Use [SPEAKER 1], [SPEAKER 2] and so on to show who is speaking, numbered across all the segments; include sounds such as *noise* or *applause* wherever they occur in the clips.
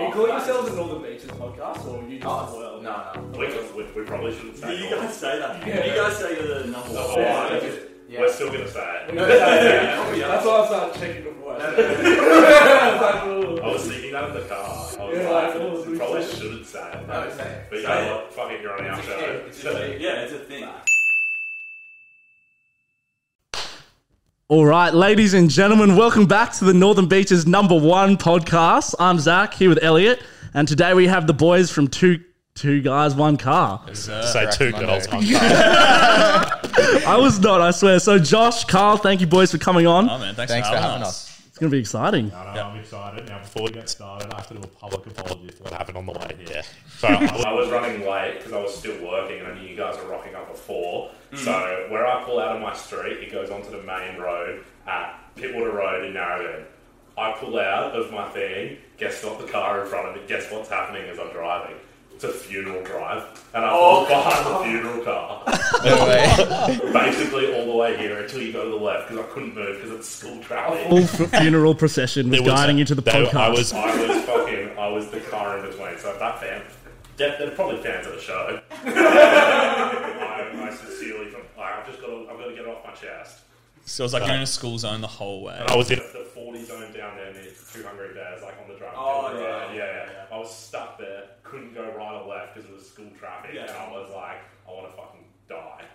[SPEAKER 1] yourselves a Northern Beaches podcast, or you just the
[SPEAKER 2] Oh,
[SPEAKER 1] world?
[SPEAKER 2] *laughs* no, no.
[SPEAKER 3] We, we, we probably shouldn't
[SPEAKER 2] You,
[SPEAKER 3] say
[SPEAKER 2] you
[SPEAKER 3] North.
[SPEAKER 2] guys say that.
[SPEAKER 1] Yeah.
[SPEAKER 2] You guys say you're the number
[SPEAKER 3] Oh,
[SPEAKER 2] one.
[SPEAKER 1] Yeah.
[SPEAKER 3] I-
[SPEAKER 2] Yeah.
[SPEAKER 3] We're still gonna say it.
[SPEAKER 1] That's why I started checking the voice.
[SPEAKER 2] Oh, No,
[SPEAKER 1] *laughs* It's like, oh.
[SPEAKER 3] I was thinking that in the car. I was
[SPEAKER 1] Yeah,
[SPEAKER 3] like,
[SPEAKER 1] like, oh,
[SPEAKER 3] we
[SPEAKER 1] we
[SPEAKER 3] probably
[SPEAKER 1] said-
[SPEAKER 3] shouldn't say it.
[SPEAKER 2] No, it's a-
[SPEAKER 3] But you
[SPEAKER 2] say
[SPEAKER 3] know
[SPEAKER 2] it.
[SPEAKER 3] what? Fuck it, you're on our
[SPEAKER 2] It's a
[SPEAKER 3] show.
[SPEAKER 2] thing. It's a thing. Yeah, it's a thing.
[SPEAKER 4] All right, ladies and gentlemen, welcome back to the Northern Beaches number one podcast. I'm Zach here with Elliot, and today we have the boys from two two guys, one car.
[SPEAKER 3] Say two girls.
[SPEAKER 4] I was not, I swear. So Josh, Carl, thank you boys for coming on.
[SPEAKER 5] Oh man, thanks,
[SPEAKER 6] Thanks
[SPEAKER 5] for, having us.
[SPEAKER 6] us.
[SPEAKER 4] It's gonna be exciting.
[SPEAKER 3] I know, I'm excited. Now, before we get started, I have to do a public apology for what happened on the way here. So I was- I was running late because I was still working, and I knew you guys were rocking up before.
[SPEAKER 6] Mm.
[SPEAKER 3] So where I pull out of my street, it goes onto the main road at Pittwater Road in Narrabeen. I pull out of my thing. Guess what? The car in front of me. Guess what's happening as I'm driving? It's a funeral drive, and I fall behind the funeral car.
[SPEAKER 6] Oh. *laughs* No way.
[SPEAKER 3] Basically, all the way here until you go to the left because I couldn't move because it's school
[SPEAKER 6] Oh,
[SPEAKER 3] traffic.
[SPEAKER 4] Full f- funeral procession was
[SPEAKER 5] It was-
[SPEAKER 4] guiding into the
[SPEAKER 5] they-
[SPEAKER 4] podcast.
[SPEAKER 5] I was
[SPEAKER 3] I was fucking, I was the car in between. So if that fan, yeah, they're probably fans of the show. *laughs* I, I sincerely, I- I've just got, to, I've got to get it off my chest.
[SPEAKER 5] so it was like you're in a school zone the whole way.
[SPEAKER 3] And I was in the 40 zone down there, and it's 200 bears, like on the drive.
[SPEAKER 2] Oh,
[SPEAKER 3] Road.
[SPEAKER 2] yeah.
[SPEAKER 3] yeah, yeah. I was stuck there, couldn't go right or left because it was school traffic,
[SPEAKER 2] Yeah.
[SPEAKER 3] and I was like, I want to fucking
[SPEAKER 5] *laughs*
[SPEAKER 3] die.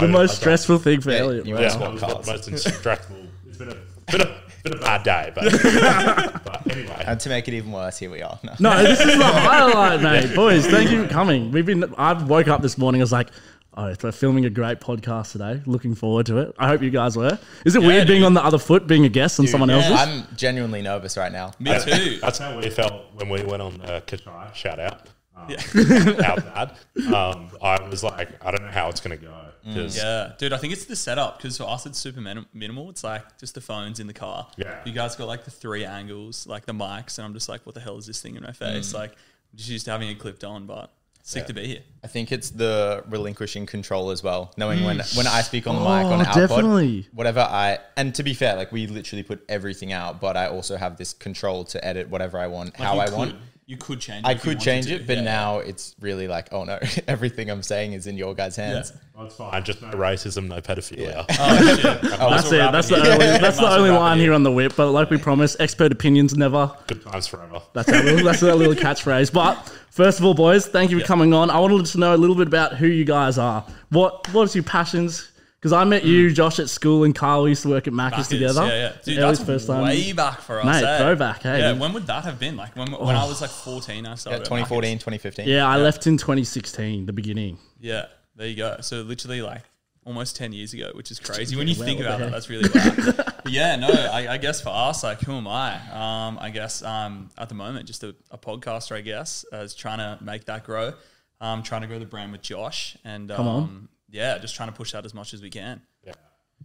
[SPEAKER 4] the most stressful thing for Elliot.
[SPEAKER 6] you
[SPEAKER 4] wow.
[SPEAKER 6] asked
[SPEAKER 3] That
[SPEAKER 6] what
[SPEAKER 3] was the
[SPEAKER 6] cars.
[SPEAKER 3] most stressful. It's been a been a *laughs* been a bad day, but, *laughs* but anyway.
[SPEAKER 6] And to make it even worse, here we are. No.
[SPEAKER 4] No,
[SPEAKER 5] *laughs*
[SPEAKER 4] this is the highlight, mate. Boys, thank you for coming. We've been. I woke up this morning. I was like, "Oh, we're filming a great podcast today. Looking forward to it. I hope you guys were." Is it weird
[SPEAKER 5] dude.
[SPEAKER 4] being on the other foot, being a guest on someone else's?
[SPEAKER 6] I'm genuinely nervous right now.
[SPEAKER 5] Me too.
[SPEAKER 3] That's how we felt when we went on the Kashai shout out. Um, *laughs* how bad? Um, I was like, I don't know how it's gonna go. 'cause-
[SPEAKER 5] Yeah, dude, I think it's the setup because for us it's super minim- minimal. It's like just the phones in the car.
[SPEAKER 3] Yeah.
[SPEAKER 5] you guys got like the three angles, like the mics, and I'm just like, what the hell is this thing in my
[SPEAKER 6] Mm.
[SPEAKER 5] face? Like, I'm just used to having it clipped on, but sick to be here.
[SPEAKER 6] I think it's the relinquishing control as well. Knowing when when I speak on the mic
[SPEAKER 4] Oh,
[SPEAKER 6] on our
[SPEAKER 4] definitely.
[SPEAKER 6] pod, whatever I and to be fair, like we literally put everything out, but I also have this control to edit whatever I want, how
[SPEAKER 5] You
[SPEAKER 6] I
[SPEAKER 5] could-
[SPEAKER 6] want.
[SPEAKER 5] You could change.
[SPEAKER 6] I
[SPEAKER 5] if you
[SPEAKER 6] could
[SPEAKER 5] wanted
[SPEAKER 6] change
[SPEAKER 5] to.
[SPEAKER 6] it, but
[SPEAKER 5] Yeah.
[SPEAKER 6] now it's really like, oh no, *laughs* everything I'm saying is in your guys' hands.
[SPEAKER 3] That's fine. just no racism, no pedophilia.
[SPEAKER 5] Oh,
[SPEAKER 6] *laughs*
[SPEAKER 5] shit.
[SPEAKER 4] That's it. That's the
[SPEAKER 5] Might as well
[SPEAKER 4] only,
[SPEAKER 5] wrap
[SPEAKER 4] that's the
[SPEAKER 5] Might as
[SPEAKER 4] only
[SPEAKER 5] well wrap
[SPEAKER 4] line
[SPEAKER 5] it
[SPEAKER 4] here on the whip. But like we promised, expert opinions never.
[SPEAKER 3] *laughs* Good times forever.
[SPEAKER 4] That's our little, that's our little catchphrase. But first of all, boys, thank you for coming on. I wanted to know a little bit about who you guys are. What what's your passions? Because I met you, Josh, at school, and Carl we used to work at Macca's
[SPEAKER 5] Backers,
[SPEAKER 4] together.
[SPEAKER 5] Yeah, yeah. Dude,
[SPEAKER 4] Ellie's
[SPEAKER 5] that's way back for us.
[SPEAKER 4] Mate,
[SPEAKER 5] eh?
[SPEAKER 4] throwback, hey. Oh.
[SPEAKER 5] Yeah, when would that have been? Like when, when I was like 14, I started.
[SPEAKER 6] Yeah,
[SPEAKER 5] at
[SPEAKER 6] 2014, 2015.
[SPEAKER 4] Yeah, I left in 2016, the beginning.
[SPEAKER 5] Yeah, there you go. So literally like almost 10 years ago, which is crazy. When you
[SPEAKER 4] Wow,
[SPEAKER 5] think
[SPEAKER 4] what
[SPEAKER 5] about that,
[SPEAKER 4] the heck?
[SPEAKER 5] that's really
[SPEAKER 4] *laughs*
[SPEAKER 5] wild. but yeah, no, I, I guess for us, like who am I? Um, I guess um, at the moment, just a, a podcaster, I guess, as trying to make that grow. Um, trying to grow the brand with Josh and um,
[SPEAKER 4] on.
[SPEAKER 5] yeah, just trying to push that as much as we can.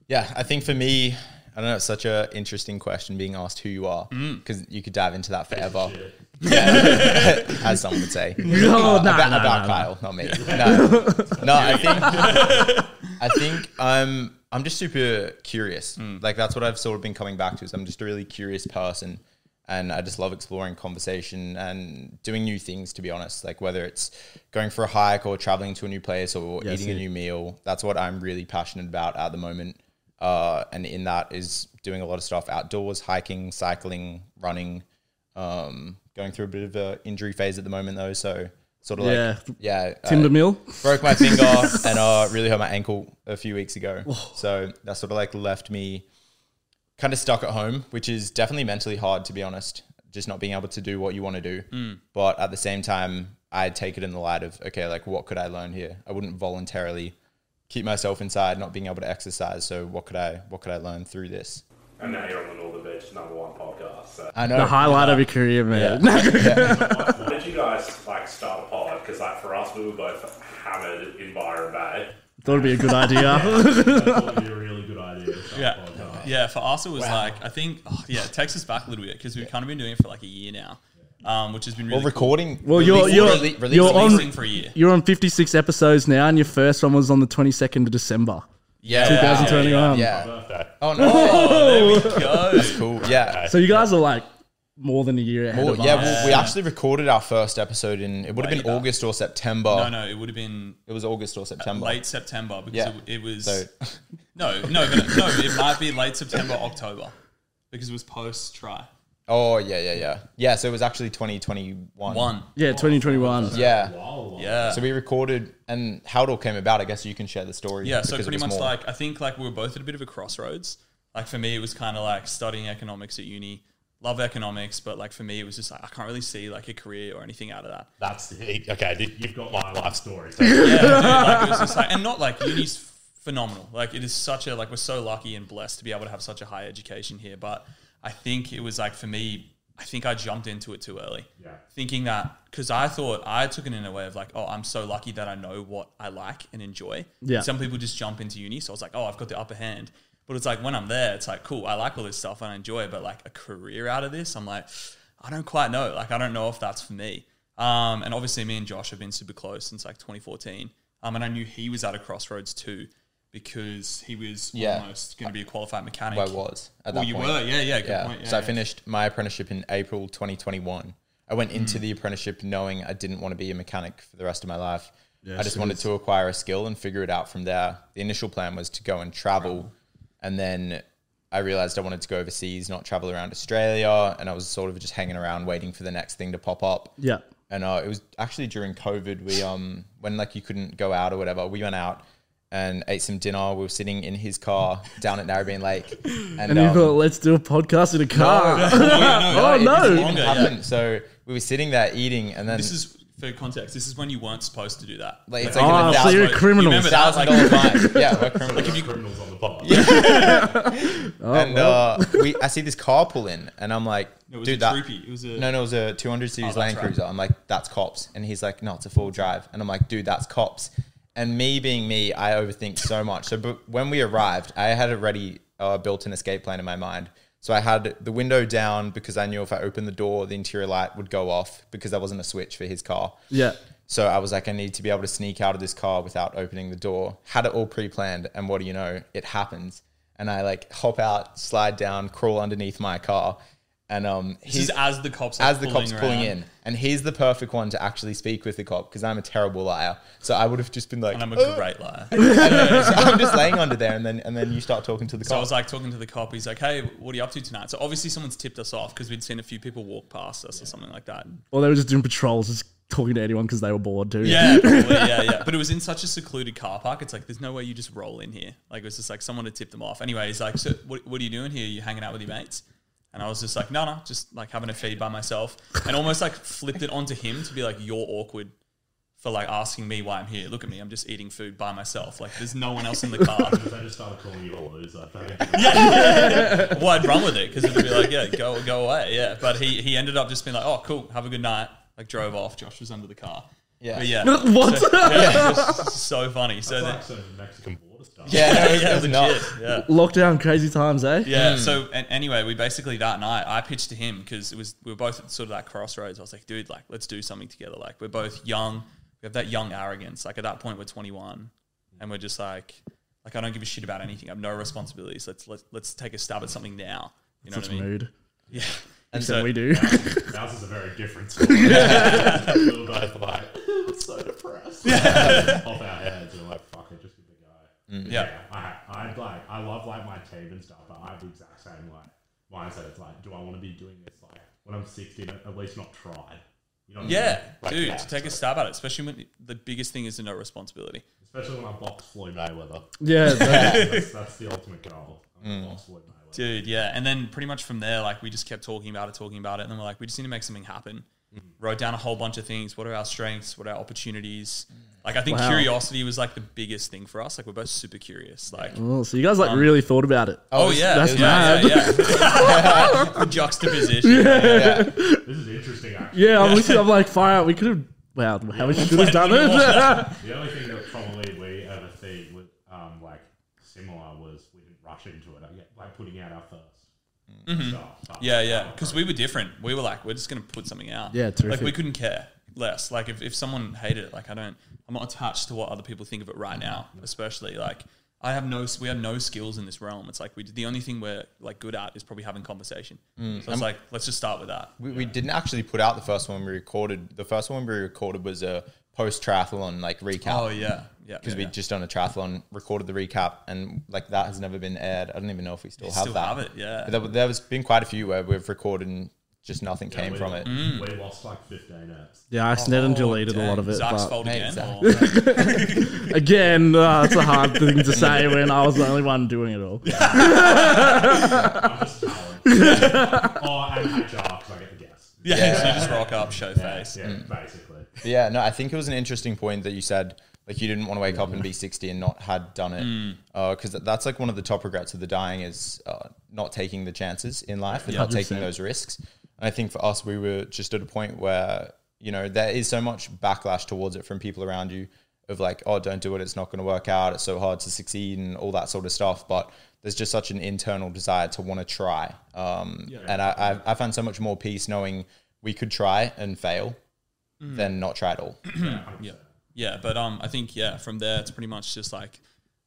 [SPEAKER 6] Yeah, I think for me, I don't know, it's such a interesting question being asked who you are
[SPEAKER 4] Mm.
[SPEAKER 6] because you could dive into that
[SPEAKER 4] *laughs*
[SPEAKER 6] forever. Yeah, *laughs* as someone would say.
[SPEAKER 4] Oh, no,
[SPEAKER 6] about,
[SPEAKER 4] no,
[SPEAKER 6] about
[SPEAKER 4] no,
[SPEAKER 6] Kyle,
[SPEAKER 4] no.
[SPEAKER 6] not
[SPEAKER 4] *laughs*
[SPEAKER 6] me. No, no, I think I think I'm I'm just super curious.
[SPEAKER 4] Hmm.
[SPEAKER 6] Like that's what I've sort of been coming back to. Is I'm just a really curious person, and I just love exploring conversation and doing new things. To be honest, like whether it's going for a hike or traveling to a new place or
[SPEAKER 4] Yes,
[SPEAKER 6] eating a
[SPEAKER 4] yeah.
[SPEAKER 6] new meal, that's what I'm really passionate about at the moment. Uh, and in that is doing a lot of stuff outdoors, hiking, cycling, running. Um, going through a bit of a injury phase at the moment though, so sort of
[SPEAKER 4] Yeah.
[SPEAKER 6] like yeah, uh,
[SPEAKER 4] Timber Mill.
[SPEAKER 6] broke my finger *laughs* and uh, really hurt my ankle a few weeks ago. So that sort of like left me kind of stuck at home, which is definitely mentally hard to be honest. Just not being able to do what you want to do.
[SPEAKER 4] Hmm.
[SPEAKER 6] But at the same time, I take it in the light of okay, like what could I learn here? I wouldn't voluntarily keep myself inside, not being able to exercise. So what could I what could I learn through this?
[SPEAKER 3] And now you're on the Northern Beach number one podcast. So.
[SPEAKER 6] I know.
[SPEAKER 4] The highlight of your career, man.
[SPEAKER 3] Why did you guys like start a pod? Because like for us, we were both hammered in Byron Bay.
[SPEAKER 4] *laughs* Thought it'd be a good idea.
[SPEAKER 3] That would be a really good idea.
[SPEAKER 5] Yeah. Yeah. For us, it was like, I think, oh, yeah, it takes us back a little bit because we've kind of been doing it for like a year now, um, which has been really
[SPEAKER 6] well, recording.
[SPEAKER 4] Well, you're-
[SPEAKER 6] releasing-
[SPEAKER 4] you're-
[SPEAKER 6] rele- releasing
[SPEAKER 4] you're
[SPEAKER 5] cool.
[SPEAKER 4] on-
[SPEAKER 5] Releasing for a
[SPEAKER 6] *laughs*
[SPEAKER 5] year.
[SPEAKER 4] You're on 56 episodes now, and your first one was on the 22nd of December,
[SPEAKER 6] Yeah, wow.
[SPEAKER 4] 2021.
[SPEAKER 6] Yeah.
[SPEAKER 3] Birthday.
[SPEAKER 6] Oh no.
[SPEAKER 5] Oh, there we go.
[SPEAKER 6] Cool. Yeah.
[SPEAKER 4] So you guys are like more than a year ahead
[SPEAKER 6] Well,
[SPEAKER 4] of
[SPEAKER 6] Oh, yeah,
[SPEAKER 4] us.
[SPEAKER 6] well, we actually recorded our first episode in. It would have
[SPEAKER 5] Way
[SPEAKER 6] been
[SPEAKER 5] back.
[SPEAKER 6] August or September.
[SPEAKER 5] No, no, it would have been
[SPEAKER 6] It was August or September.
[SPEAKER 5] late September because
[SPEAKER 6] Yeah.
[SPEAKER 5] it, it was
[SPEAKER 6] So
[SPEAKER 5] no, no, no, no. It might be late September, October because it was post try
[SPEAKER 6] Oh yeah, yeah, yeah, yeah. So it was actually 2021.
[SPEAKER 5] one.
[SPEAKER 4] yeah, 2021.
[SPEAKER 6] Yeah.
[SPEAKER 3] uh,
[SPEAKER 5] Yeah.
[SPEAKER 6] So we recorded, and how it all came about. I guess you can share the story.
[SPEAKER 5] Yeah, so
[SPEAKER 6] because it
[SPEAKER 5] pretty much
[SPEAKER 6] was more-
[SPEAKER 5] like I think like we were both at a bit of a crossroads. Like for me, it was kind of like studying economics at uni. Love economics, but like for me, it was just like I can't really see like a career or anything out of that.
[SPEAKER 3] That's the, okay. th- You've got my
[SPEAKER 5] *laughs*
[SPEAKER 3] life story. So
[SPEAKER 5] Yeah, dude, like, it was just like, and not like uni's phenomenal. Like it is such a like we're so lucky and blessed to be able to have such a high education here. But I think it was like for me, I think I jumped into it too early.
[SPEAKER 3] Yeah.
[SPEAKER 5] Thinking that because I thought I took it in a way of like, oh, I'm so lucky that I know what I like and enjoy.
[SPEAKER 4] Yeah.
[SPEAKER 5] Some people just jump into uni, so I was like, oh, I've got the upper hand. But it's like when I'm there, it's like cool. I like all this stuff and I enjoy, it, but like a career out of this, I'm like, I don't quite know. Like I don't know if that's for me. Um, and obviously, me and Josh have been super close since like 2014. Um, and I knew he was at a crossroads too because he was
[SPEAKER 6] Yeah.
[SPEAKER 5] almost going to be a qualified mechanic.
[SPEAKER 6] I was at that
[SPEAKER 5] Well, you
[SPEAKER 6] point.
[SPEAKER 5] were, yeah, yeah, good
[SPEAKER 6] yeah.
[SPEAKER 5] point. Yeah,
[SPEAKER 6] so I
[SPEAKER 5] yeah.
[SPEAKER 6] finished my apprenticeship in April 2021. I went into the apprenticeship knowing I didn't want to be a mechanic for the rest of my life. I just wanted to acquire a skill and figure it out from there. The initial plan was to go and travel, and then I realized I wanted to go overseas, not travel around Australia, and I was sort of just hanging around waiting for the next thing to pop up.
[SPEAKER 4] Yeah.
[SPEAKER 6] And uh, it was actually during COVID. We um when like you couldn't go out or whatever, we went out and ate some dinner. We were sitting in his car down at Narrabeen Lake, and,
[SPEAKER 4] And you
[SPEAKER 6] um,
[SPEAKER 4] thought, let's do a podcast in a car.
[SPEAKER 5] *laughs*
[SPEAKER 6] oh
[SPEAKER 4] no.
[SPEAKER 5] Longer, yeah.
[SPEAKER 6] So we were sitting there eating, and then
[SPEAKER 5] This is for context. This is when you weren't supposed to do that.
[SPEAKER 6] like, it's like
[SPEAKER 4] Oh,
[SPEAKER 6] a
[SPEAKER 4] so
[SPEAKER 6] thousand,
[SPEAKER 4] you're a
[SPEAKER 5] You
[SPEAKER 4] criminal.
[SPEAKER 5] remember that?
[SPEAKER 6] thousand dollar
[SPEAKER 5] *laughs*
[SPEAKER 6] fine. Yeah, we're criminals.
[SPEAKER 4] *laughs*
[SPEAKER 5] If you
[SPEAKER 3] criminals on the pod.
[SPEAKER 4] Oh,
[SPEAKER 6] and uh, we, I see this car pull in, and I'm like,
[SPEAKER 5] It was
[SPEAKER 6] dude,
[SPEAKER 5] a
[SPEAKER 6] that.
[SPEAKER 5] troopy. It was a
[SPEAKER 6] No, no, it was a 200 series
[SPEAKER 5] that's
[SPEAKER 6] Land
[SPEAKER 5] right.
[SPEAKER 6] Cruiser. I'm like, that's cops, and he's like, no, it's a full drive, and I'm like, dude, that's cops. And me being me, I overthink so much. So, but when we arrived, I had already uh, built an escape plan in my mind. So I had the window down because I knew if I opened the door, the interior light would go off because there wasn't a switch for his car.
[SPEAKER 4] yeah.
[SPEAKER 6] So I was like, I need to be able to sneak out of this car without opening the door. Had it all pre-planned, and what do you know? It happens, and I like hop out, slide down, crawl underneath my car, and um,
[SPEAKER 5] This
[SPEAKER 6] he's
[SPEAKER 5] is as the cops are
[SPEAKER 6] as the cops pulling
[SPEAKER 5] around.
[SPEAKER 6] in, and he's the perfect one to actually speak with the cop because I'm a terrible liar. So I would have just been like,
[SPEAKER 5] And I'm a
[SPEAKER 6] "Oh,"
[SPEAKER 5] great
[SPEAKER 6] *laughs*
[SPEAKER 5] liar.
[SPEAKER 6] and then- so I'm just laying under there, and then and then you start talking to the
[SPEAKER 5] So I
[SPEAKER 6] cop.
[SPEAKER 5] was like talking to the cop. He's like, "Hey, what are you up to tonight?" So obviously someone's tipped us off because we'd seen a few people walk past us or something like that.
[SPEAKER 4] Or they were just doing patrols, just talking to anyone because they were bored too.
[SPEAKER 5] Yeah, probably, yeah, yeah. But it was in such a secluded car park. It's like there's no way you just roll in here. Like it was just like someone had tipped them off. Anyway, he's like, "So what, what are you doing here? you hanging out with your mates?" And I was just like, "No, no, just like having a feed by myself." And almost like flipped it onto him to be like, "You're awkward." For like asking me why I'm here. Look at me, I'm just eating food by myself. Like there's no one else in the car.
[SPEAKER 3] They just started calling you a loser.
[SPEAKER 5] well, I'd run with it because it'd be like, yeah, go go away, yeah. But he he ended up just being like, oh, cool, have a good night. Like drove off. Josh was under the car.
[SPEAKER 6] Yeah.
[SPEAKER 5] but yeah,
[SPEAKER 4] *laughs* What?
[SPEAKER 5] *laughs* yeah, it's just so funny. So then,
[SPEAKER 3] like some Mexican border stuff.
[SPEAKER 6] *laughs*
[SPEAKER 5] *laughs*
[SPEAKER 6] yeah, no, it
[SPEAKER 5] yeah,
[SPEAKER 6] was
[SPEAKER 5] legit,
[SPEAKER 6] not.
[SPEAKER 5] yeah.
[SPEAKER 4] Lockdown, crazy times, eh?
[SPEAKER 5] Yeah. So and anyway, we basically that night I pitched to him because it was we were both at sort of that crossroads. I was like, dude, like let's do something together. Like we're both young. We have that young arrogance. Like at that point we're 21, and we're just like, like I don't give a shit about anything. I have no responsibilities. Let's let's let's take a stab at something now. You know
[SPEAKER 4] Such
[SPEAKER 5] what I mean?
[SPEAKER 4] mood.
[SPEAKER 5] Yeah. *laughs*
[SPEAKER 4] And
[SPEAKER 5] so-
[SPEAKER 4] we do. *laughs*
[SPEAKER 3] Ours is a very different story.
[SPEAKER 5] *laughs*
[SPEAKER 3] we were both like, I'm so depressed. Off our heads, we we're like, fuck it, just give it a go.
[SPEAKER 5] Mm. Yeah.
[SPEAKER 3] I, I like, I love like my team and stuff, but I have the exact same like mindset. It's like, do I want to be doing this like when I'm 16? At at least not try. You know what I
[SPEAKER 5] Yeah,
[SPEAKER 3] mean? Like,
[SPEAKER 5] dude,
[SPEAKER 3] yeah.
[SPEAKER 5] to take a stab at it, especially when the biggest thing is a no responsibility.
[SPEAKER 3] Especially when I box Floyd Mayweather.
[SPEAKER 5] *laughs*
[SPEAKER 4] yeah. so-
[SPEAKER 3] that's, that's the ultimate goal. I'm gonna box Floyd Mayweather.
[SPEAKER 5] Dude, yeah. And then pretty much from there, like we just kept talking about it, talking about it. And then we're like, we just need to make something happen. Wrote down a whole bunch of things. What are our strengths? What are our opportunities? Like, I think
[SPEAKER 4] Wow.
[SPEAKER 5] curiosity was like the biggest thing for us. Like, we're both super curious. Like,
[SPEAKER 4] Oh, so you guys like really thought about it.
[SPEAKER 5] Um, oh, yeah.
[SPEAKER 4] that's
[SPEAKER 5] yeah, yeah,
[SPEAKER 4] *laughs*
[SPEAKER 5] yeah. *laughs* the juxtaposition.
[SPEAKER 3] This is interesting, actually.
[SPEAKER 4] Yeah, I'm listening. I'm like, fire out. We could have. Wow, how we should
[SPEAKER 5] *laughs*
[SPEAKER 4] have done it.
[SPEAKER 3] The only thing that probably we ever see with um, like similar was we didn't rush into it. I get- Like putting out our 1st stuff. but-
[SPEAKER 5] Yeah, yeah. Because we were different. We were like, we're just gonna put something out.
[SPEAKER 4] Yeah,
[SPEAKER 5] Like we
[SPEAKER 4] terrific.
[SPEAKER 5] couldn't care less. Like if, if someone hated it, like I don't, I'm not attached to what other people think of it right now, especially like. I have no, s- we have no skills in this realm. It's like we the only thing we're like good at is probably having conversation.
[SPEAKER 4] Mm.
[SPEAKER 5] So
[SPEAKER 4] Um,
[SPEAKER 5] it's like let's just start with that.
[SPEAKER 6] We, we didn't actually put out the first one we recorded. The first one we recorded was a post triathlon like recap.
[SPEAKER 5] Oh yeah, yeah.
[SPEAKER 6] because
[SPEAKER 5] yeah,
[SPEAKER 6] we'd
[SPEAKER 5] yeah.
[SPEAKER 6] just done a triathlon, recorded the recap, and like that has never been aired. I don't even know if we still have
[SPEAKER 5] still
[SPEAKER 6] that.
[SPEAKER 5] have it, yeah.
[SPEAKER 6] But there, there has been quite a few where we've recorded and just nothing came
[SPEAKER 3] we,
[SPEAKER 6] from it.
[SPEAKER 3] We lost like 15 apps.
[SPEAKER 4] *laughs* Yeah, I snared and deleted a
[SPEAKER 5] Dang,
[SPEAKER 4] lot of it.
[SPEAKER 5] Oh, Zach's
[SPEAKER 4] but-
[SPEAKER 5] fault
[SPEAKER 6] Hey,
[SPEAKER 5] again.
[SPEAKER 6] Zach.
[SPEAKER 5] or-
[SPEAKER 4] Again, uh, it's a hard thing to say when I was the only one doing it all.
[SPEAKER 3] I'm just tired. oh, and HR because I get the guess.
[SPEAKER 5] *laughs* yeah, so you just rock up, show face.
[SPEAKER 3] Yeah, basically.
[SPEAKER 6] But yeah, no, I think it was an interesting point that you said, like you didn't want to wake up and be 60 and not had done it. Because that's like one of the top regrets of the dying is uh, not taking the chances in life and not taking those risks. And I think for us, we were just at a point where, you know, there is so much backlash towards it from people around you of like, oh, don't do it. It's not going to work out. It's so hard to succeed and all that sort of stuff. But there's just such an internal desire to want to try. Um, And I, I, I found so much more peace knowing we could try and fail than not try at all.
[SPEAKER 5] Yeah. Yeah. But um, I think, yeah, from there, it's pretty much just like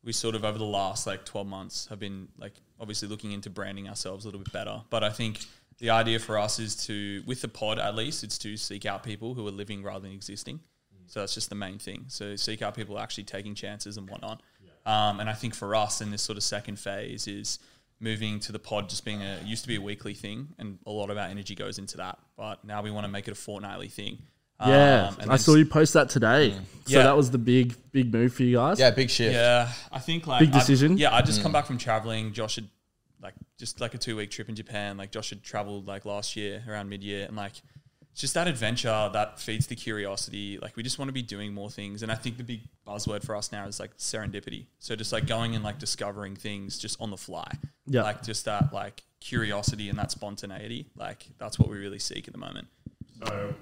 [SPEAKER 5] we sort of over the last like 12 months have been like obviously looking into branding ourselves a little bit better. But I think the idea for us is to, with the pod at least, it's to seek out people who are living rather than existing. So that's just the main thing. So seek out people actually taking chances and whatnot. Um, and I think for us in this sort of second phase is moving to the pod just being a used to be a weekly thing and a lot of our energy goes into that. But now we want to make it a fortnightly thing.
[SPEAKER 4] Yeah,
[SPEAKER 5] Um, and
[SPEAKER 4] I
[SPEAKER 5] then Mm.
[SPEAKER 4] saw you post that today. So
[SPEAKER 5] Yeah.
[SPEAKER 4] that was the big, big move for you guys.
[SPEAKER 6] Yeah, big shift.
[SPEAKER 5] Yeah, I think like
[SPEAKER 4] Big
[SPEAKER 5] I've-
[SPEAKER 4] decision.
[SPEAKER 5] yeah, I
[SPEAKER 6] Mm.
[SPEAKER 5] just come back from traveling. Josh had like just like a two week trip in Japan. Like Josh had traveled like last year around mid year, and like it's just that adventure that feeds the curiosity. Like we just want to be doing more things, and I think the big buzzword for us now is like serendipity. So just like going and like discovering things just on the fly.
[SPEAKER 4] Yeah.
[SPEAKER 5] like just that like curiosity and that spontaneity. Like that's what we really seek at the moment.
[SPEAKER 3] So,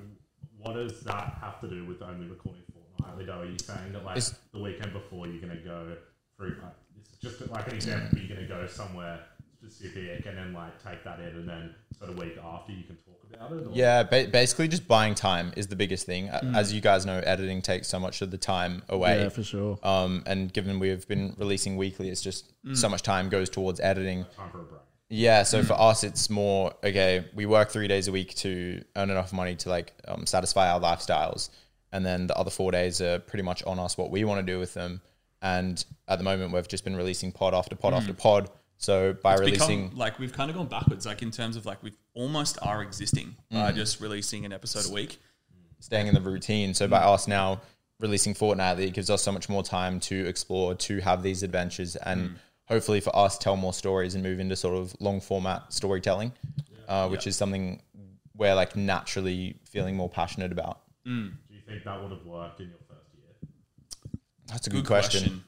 [SPEAKER 3] what does that have to do with only recording fortnightly? Though, are you saying that like
[SPEAKER 6] It's-
[SPEAKER 3] the weekend before you're going to go through? Like, it's just like an example. You're going to go somewhere specific and then like take that in, and then so the week after you can talk about it. Or?
[SPEAKER 6] Yeah, ba- basically just buying time is the biggest thing. A- As you guys know, editing takes so much of the time away.
[SPEAKER 4] Mm. Yeah, for sure.
[SPEAKER 6] Um, and given we've been releasing weekly, it's just
[SPEAKER 4] Mm.
[SPEAKER 6] so much time goes towards editing.
[SPEAKER 3] Time for a break.
[SPEAKER 6] Yeah, so for us, it's more okay. We work three days a week to earn enough money to like um, satisfy our lifestyles, and then the other four days are pretty much on us what we want to do with them. And at the moment, we've just been releasing pod after
[SPEAKER 4] Mm.
[SPEAKER 6] pod after pod. So by releasing,
[SPEAKER 5] become like we've kind of gone backwards, like in terms of like we've almost are existing
[SPEAKER 6] Mm.
[SPEAKER 5] by just releasing an episode a week.
[SPEAKER 6] staying in the routine. So by us now releasing fortnightly, it gives us so much more time to explore, to have these adventures, and hopefully for us tell more stories and move into sort of long format storytelling, uh, which is something we're like naturally feeling more passionate about.
[SPEAKER 3] Do you think that would have worked in your first year?
[SPEAKER 6] *laughs* That's a good, question.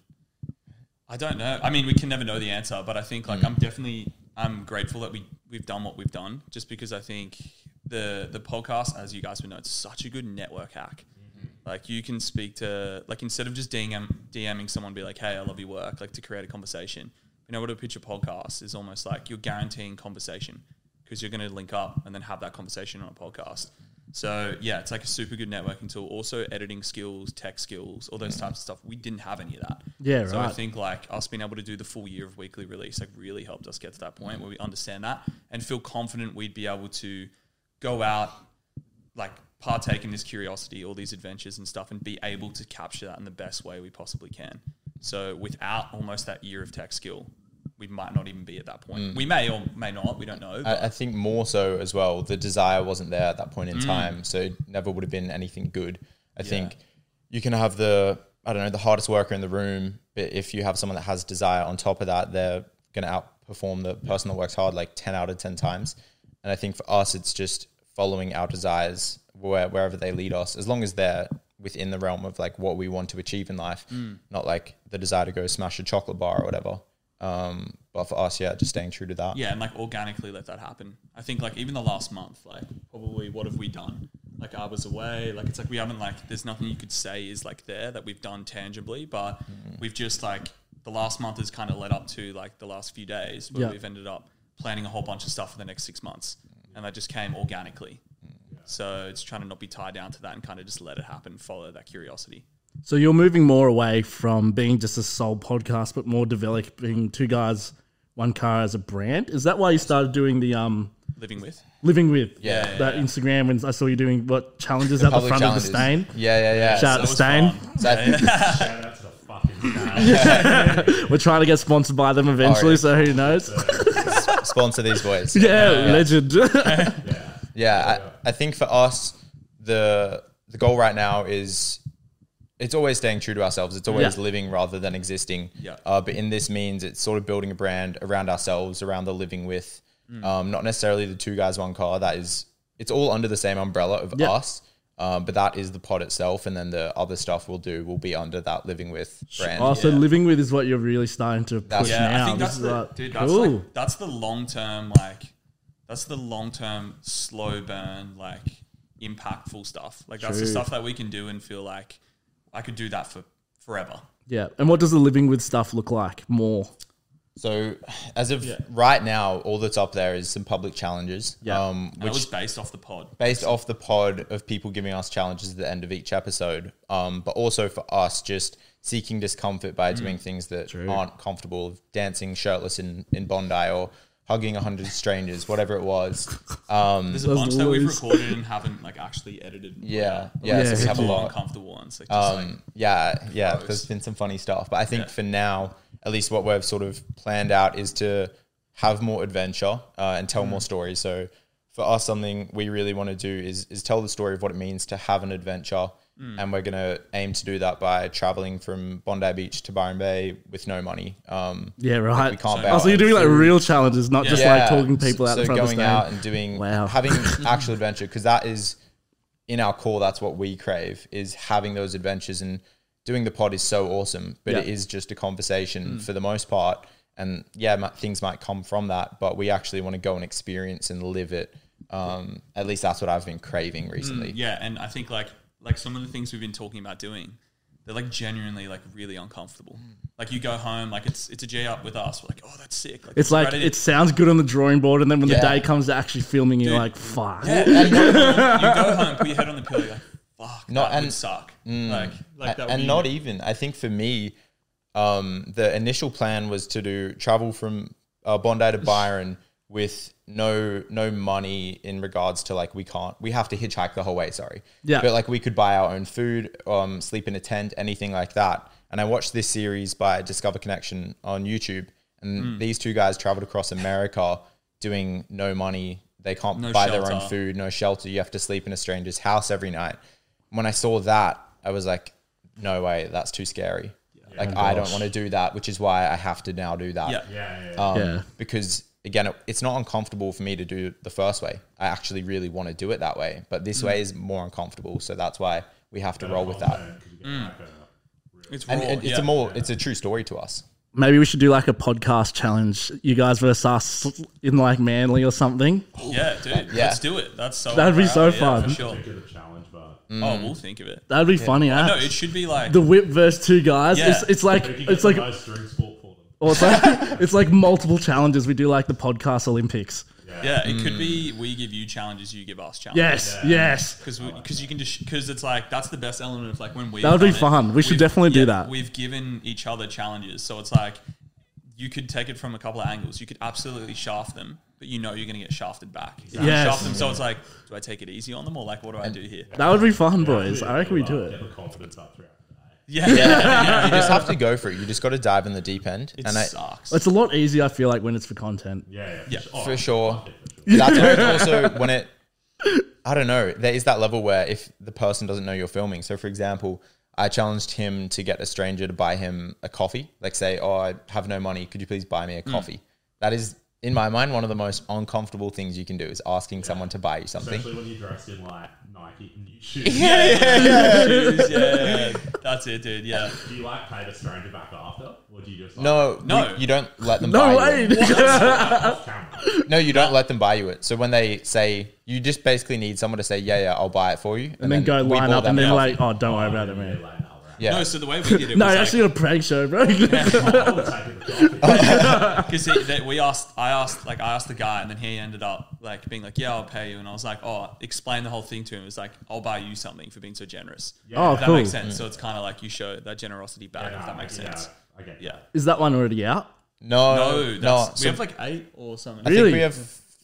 [SPEAKER 5] I don't know. I mean, we can never know the answer, but I think
[SPEAKER 4] Hmm.
[SPEAKER 5] like I'm definitely I'm grateful that we we've done what we've done, just because I think the the podcast, as you guys would know, it's such a good network hack.
[SPEAKER 4] Mm-hmm.
[SPEAKER 5] Like you can speak to like instead of just DM DMing someone, be like, "Hey, I love your work," like to create a conversation. You know what a picture podcast is almost like you're guaranteeing conversation because you're going to link up and then have that conversation on a podcast. So yeah, it's like a super good networking tool. Also, editing skills, tech skills, all those types of stuff. We didn't have any of that.
[SPEAKER 4] Hmm. Yeah,
[SPEAKER 5] So I
[SPEAKER 4] right.
[SPEAKER 5] think like us being able to do the full year of weekly release like really helped us get to that point where we understand that and feel confident we'd be able to go out like partake in this curiosity, all these adventures and stuff, and be able to capture that in the best way we possibly can. So without almost that year of tech skill, we might not even be at that point. We may or may not. We don't know.
[SPEAKER 6] I, I think more so as well, the desire wasn't there at that point in time, so it never would have been anything good. I think you can have the I don't know the hardest worker in the room, but if you have someone that has desire on top of that, they're going to outperform the person that works hard like ten out of ten times. And I think for us, it's just following our desires where, wherever they lead us, as long as they're within the realm of like what we want to achieve in life, not like the desire to go smash a chocolate bar or whatever. Um, but for us, yeah, just staying true to that.
[SPEAKER 5] yeah, and like organically let that happen. I think like even the last month, like probably what have we done? Like I was away. Like it's like we haven't like there's nothing you could say is like there that we've done tangibly, but we've just like the last month has kind of led up to like the last few days where
[SPEAKER 4] Yeah.
[SPEAKER 5] we've ended up planning a whole bunch of stuff for the next six months, and that just came organically. So it's trying to not be tied down to that and kind of just let it happen, follow that curiosity.
[SPEAKER 4] So you're moving more away from being just a sole podcast, but more developing two guys, one car as a brand. Is that why you started doing the um
[SPEAKER 5] living with.
[SPEAKER 4] living with?
[SPEAKER 6] Yeah, yeah,
[SPEAKER 4] that Instagram when I saw you doing what challenges at the
[SPEAKER 6] Public
[SPEAKER 4] front
[SPEAKER 6] challenges.
[SPEAKER 4] of the stain.
[SPEAKER 6] Yeah, yeah, yeah.
[SPEAKER 4] Shout out to
[SPEAKER 5] was
[SPEAKER 4] Stain.
[SPEAKER 6] So I think-
[SPEAKER 3] Shout out to the fucking town.
[SPEAKER 4] *laughs* We're trying to get sponsored by them eventually,
[SPEAKER 5] Oh,
[SPEAKER 6] yeah.
[SPEAKER 4] so who
[SPEAKER 5] *laughs*
[SPEAKER 4] knows? *laughs*
[SPEAKER 6] sponsor these boys.
[SPEAKER 4] yeah, legend.
[SPEAKER 6] yeah I, I think for us the the goal right now is it's always staying true to ourselves it's always
[SPEAKER 4] Yeah.
[SPEAKER 6] living rather than existing
[SPEAKER 5] Yeah.
[SPEAKER 6] uh, but in this means it's sort of building a brand around ourselves around the living with
[SPEAKER 4] Mm.
[SPEAKER 6] um, not necessarily the two guys one car that is it's all under the same umbrella of
[SPEAKER 4] Yeah.
[SPEAKER 6] us um, but that is the pod itself and then the other stuff we'll do will be under that living with brand
[SPEAKER 4] *laughs* oh, so living with is what you're really starting to push
[SPEAKER 6] That's-
[SPEAKER 5] Yeah,
[SPEAKER 4] now.
[SPEAKER 5] I think
[SPEAKER 4] This
[SPEAKER 5] that's
[SPEAKER 4] is
[SPEAKER 5] the
[SPEAKER 4] like-
[SPEAKER 5] dude. That's
[SPEAKER 4] cool.
[SPEAKER 5] like that's the long term like that's the long term slow burn like impactful stuff. Like that's the
[SPEAKER 4] True.
[SPEAKER 5] stuff that we can do and feel like I could do that for forever.
[SPEAKER 4] yeah. And what does the living with stuff look like more?
[SPEAKER 6] so as of right now all that's up there is some public challenges
[SPEAKER 4] Yeah.
[SPEAKER 6] um,
[SPEAKER 5] That was based off the pod.
[SPEAKER 6] based off the pod of people giving us challenges at the end of each episode, um, but also for us just seeking discomfort by doing
[SPEAKER 4] Mm.
[SPEAKER 6] things that aren't comfortable, of dancing shirtless in, in Bondi or hugging a hundred strangers, whatever it
[SPEAKER 4] *laughs*
[SPEAKER 6] was. Um,
[SPEAKER 5] There's a bunch that we've
[SPEAKER 4] boys.
[SPEAKER 5] recorded and haven't like actually edited. and put
[SPEAKER 6] yeah,
[SPEAKER 5] out.
[SPEAKER 6] yeah,
[SPEAKER 4] Yeah,
[SPEAKER 6] so we have a
[SPEAKER 5] All
[SPEAKER 6] lot.
[SPEAKER 5] uncomfortable ones. Like, just like,
[SPEAKER 6] Um, yeah, yeah,
[SPEAKER 5] gross.
[SPEAKER 6] there's been some funny stuff, but I think
[SPEAKER 5] Yeah.
[SPEAKER 6] for now, at least what we've sort of planned out is to have more adventure uh, and tell more stories. So for us, something we really want to do is is tell the story of what it means to have an adventure, and we're gonna aim to do that by traveling from Bondi Beach to Byron Bay with no money. Um,
[SPEAKER 4] Yeah, right.
[SPEAKER 6] we can't.
[SPEAKER 4] Oh, so you're doing like real challenges, not just like talking people out
[SPEAKER 6] so
[SPEAKER 4] in front
[SPEAKER 6] going
[SPEAKER 4] of the
[SPEAKER 6] out
[SPEAKER 4] stand.
[SPEAKER 6] and doing
[SPEAKER 4] Wow. *laughs*
[SPEAKER 6] having actual adventure because that is in our core. That's what we crave is having those adventures and doing the pod is so awesome, but it
[SPEAKER 4] Yeah. Mm.
[SPEAKER 6] is just a conversation for the most part. And yeah, mi- things might come from that, but we actually want to go and experience and live it. Um, at least that's what I've been craving recently.
[SPEAKER 5] yeah, and I think like like some of the things we've been talking about doing, they're like genuinely like really uncomfortable.
[SPEAKER 6] Mm.
[SPEAKER 5] Like you go home, like it's it's a J up with us. We're like, oh, that's sick.
[SPEAKER 4] It's like
[SPEAKER 5] Reddit-
[SPEAKER 4] it sounds good on the drawing board, and then when the
[SPEAKER 6] Yeah.
[SPEAKER 4] day comes to actually filming, you're
[SPEAKER 5] Dude.
[SPEAKER 4] like, "Fuck."
[SPEAKER 5] you go home, you
[SPEAKER 6] *laughs*
[SPEAKER 5] go home, put your head on the pillow, you're like, fuck,
[SPEAKER 6] No,
[SPEAKER 5] that
[SPEAKER 6] and-
[SPEAKER 5] would suck. like, like that
[SPEAKER 6] A-
[SPEAKER 5] would
[SPEAKER 6] and
[SPEAKER 5] be-
[SPEAKER 6] not even. I think for me, um, the initial plan was to do travel from uh, Bondi to Byron with no no money in regards to like we can't we have to hitchhike the whole way. Sorry,
[SPEAKER 4] Yeah.
[SPEAKER 6] But like we could buy our own food, um, sleep in a tent, anything like that. And I watched this series by Discover Connection on YouTube, and
[SPEAKER 5] Mm.
[SPEAKER 6] these two guys traveled across America doing no money. They can't
[SPEAKER 5] No
[SPEAKER 6] buy their own
[SPEAKER 5] shelter.
[SPEAKER 6] food food, no shelter. You have to sleep in a stranger's house every night. When I saw that, I was like, no way, that's too scary. Like, I don't want to do that, which is why I have to now do that.
[SPEAKER 5] Yeah.
[SPEAKER 6] *laughs*
[SPEAKER 3] Yeah, yeah, yeah.
[SPEAKER 6] Um,
[SPEAKER 4] Yeah.
[SPEAKER 6] Because again, it, it's not uncomfortable for me to do the first way. I actually really want to do it that way, but this way is more uncomfortable. So that's why we have to roll with that.
[SPEAKER 5] It's raw.
[SPEAKER 6] And it- it's
[SPEAKER 5] yeah.
[SPEAKER 6] a more, it's a true story to us.
[SPEAKER 4] Maybe we should do like a podcast challenge, you guys versus us in like Manly or something.
[SPEAKER 5] yeah, dude.
[SPEAKER 6] Yeah.
[SPEAKER 5] Let's do it. That's so.
[SPEAKER 4] That'd be
[SPEAKER 5] up
[SPEAKER 4] so
[SPEAKER 5] our alley, yeah,
[SPEAKER 4] fun.
[SPEAKER 5] for sure.
[SPEAKER 3] Give it a challenge, but
[SPEAKER 6] Mm.
[SPEAKER 5] Oh, we'll think of it.
[SPEAKER 4] That'd be funny, eh?
[SPEAKER 5] No, it should be like
[SPEAKER 4] the whip versus two guys.
[SPEAKER 5] Yeah.
[SPEAKER 4] It's, it's like
[SPEAKER 3] If you get
[SPEAKER 4] it's
[SPEAKER 3] the
[SPEAKER 4] like
[SPEAKER 3] most drinks bought for them.
[SPEAKER 4] or it's like *laughs* it's like multiple challenges. We do like the podcast Olympics.
[SPEAKER 5] yeah. It
[SPEAKER 6] Mm.
[SPEAKER 5] could be we give you challenges, you give us challenges.
[SPEAKER 4] Yes, yes.
[SPEAKER 5] Because because you can just because it's like that's the best element of like when we
[SPEAKER 4] That would be fun. We should definitely do that.
[SPEAKER 5] We've given each other challenges, so it's like you could take it from a couple of angles. You could absolutely shaft them, but you know you're going to get shafted back. If You
[SPEAKER 4] Yes.
[SPEAKER 5] shaft them, so it's like, do I take it easy on them or like what do I do here?
[SPEAKER 4] That would be fun, boys. I reckon we do
[SPEAKER 3] Get
[SPEAKER 4] it.
[SPEAKER 3] the confidence up throughout the day.
[SPEAKER 5] Yeah, yeah.
[SPEAKER 6] You just have to go for it. You just got to dive in the deep end.
[SPEAKER 5] *laughs* it
[SPEAKER 6] and I,
[SPEAKER 5] sucks.
[SPEAKER 4] It's a lot easier. I feel like when it's for content.
[SPEAKER 3] Yeah, yeah.
[SPEAKER 5] Yeah,
[SPEAKER 3] oh,
[SPEAKER 6] for sure. That's when it's also when it. I don't know. There is that level where if the person doesn't know you're filming. So, for example, I challenged him to get a stranger to buy him a coffee. Like, say, oh, I have no money. Could you please buy me a
[SPEAKER 4] Hmm.
[SPEAKER 6] coffee? That is, in my mind, one of the most uncomfortable things you can do is asking someone to buy you something. *laughs*
[SPEAKER 3] Especially when you're dressed in like Nike new shoes.
[SPEAKER 5] Shoes, yeah, that's it, dude. Yeah,
[SPEAKER 3] Do you like pay the stranger back after, or do you just like,
[SPEAKER 6] No, no,
[SPEAKER 5] No.
[SPEAKER 6] you, you don't let them. buy
[SPEAKER 4] No
[SPEAKER 6] you
[SPEAKER 4] way.
[SPEAKER 6] it.
[SPEAKER 3] off camera?
[SPEAKER 6] No, you don't let them buy you it. So when they say, you just basically need someone to say, yeah, yeah, I'll buy it for you, and,
[SPEAKER 4] *laughs* And then go
[SPEAKER 6] we
[SPEAKER 4] line
[SPEAKER 6] bought
[SPEAKER 4] up
[SPEAKER 6] them
[SPEAKER 4] and then
[SPEAKER 6] coffee.
[SPEAKER 4] like, oh, don't worry about it, man.
[SPEAKER 3] Like, no, right.
[SPEAKER 6] Yeah.
[SPEAKER 5] No, so the way we did it
[SPEAKER 4] No,
[SPEAKER 5] was
[SPEAKER 4] you
[SPEAKER 5] like-
[SPEAKER 4] actually got a prank show, bro. *laughs*
[SPEAKER 5] *laughs* Because that we asked, I asked, like I asked the guy, and then he ended up like being like, "Yeah, I'll pay you," and I was like, "Oh, explain the whole thing to him." It was like, "I'll buy you something for being so generous."
[SPEAKER 4] Oh,
[SPEAKER 5] if that
[SPEAKER 4] cool.
[SPEAKER 5] makes sense.
[SPEAKER 6] Mm.
[SPEAKER 5] So it's kind of like you show that generosity back, if that makes sense.
[SPEAKER 3] I get
[SPEAKER 5] Yeah.
[SPEAKER 4] Is that one already out?
[SPEAKER 6] No,
[SPEAKER 5] No,
[SPEAKER 6] Uh, no,
[SPEAKER 5] that's, we
[SPEAKER 6] So
[SPEAKER 5] have like eight or something.
[SPEAKER 6] I think
[SPEAKER 4] Really?
[SPEAKER 6] we have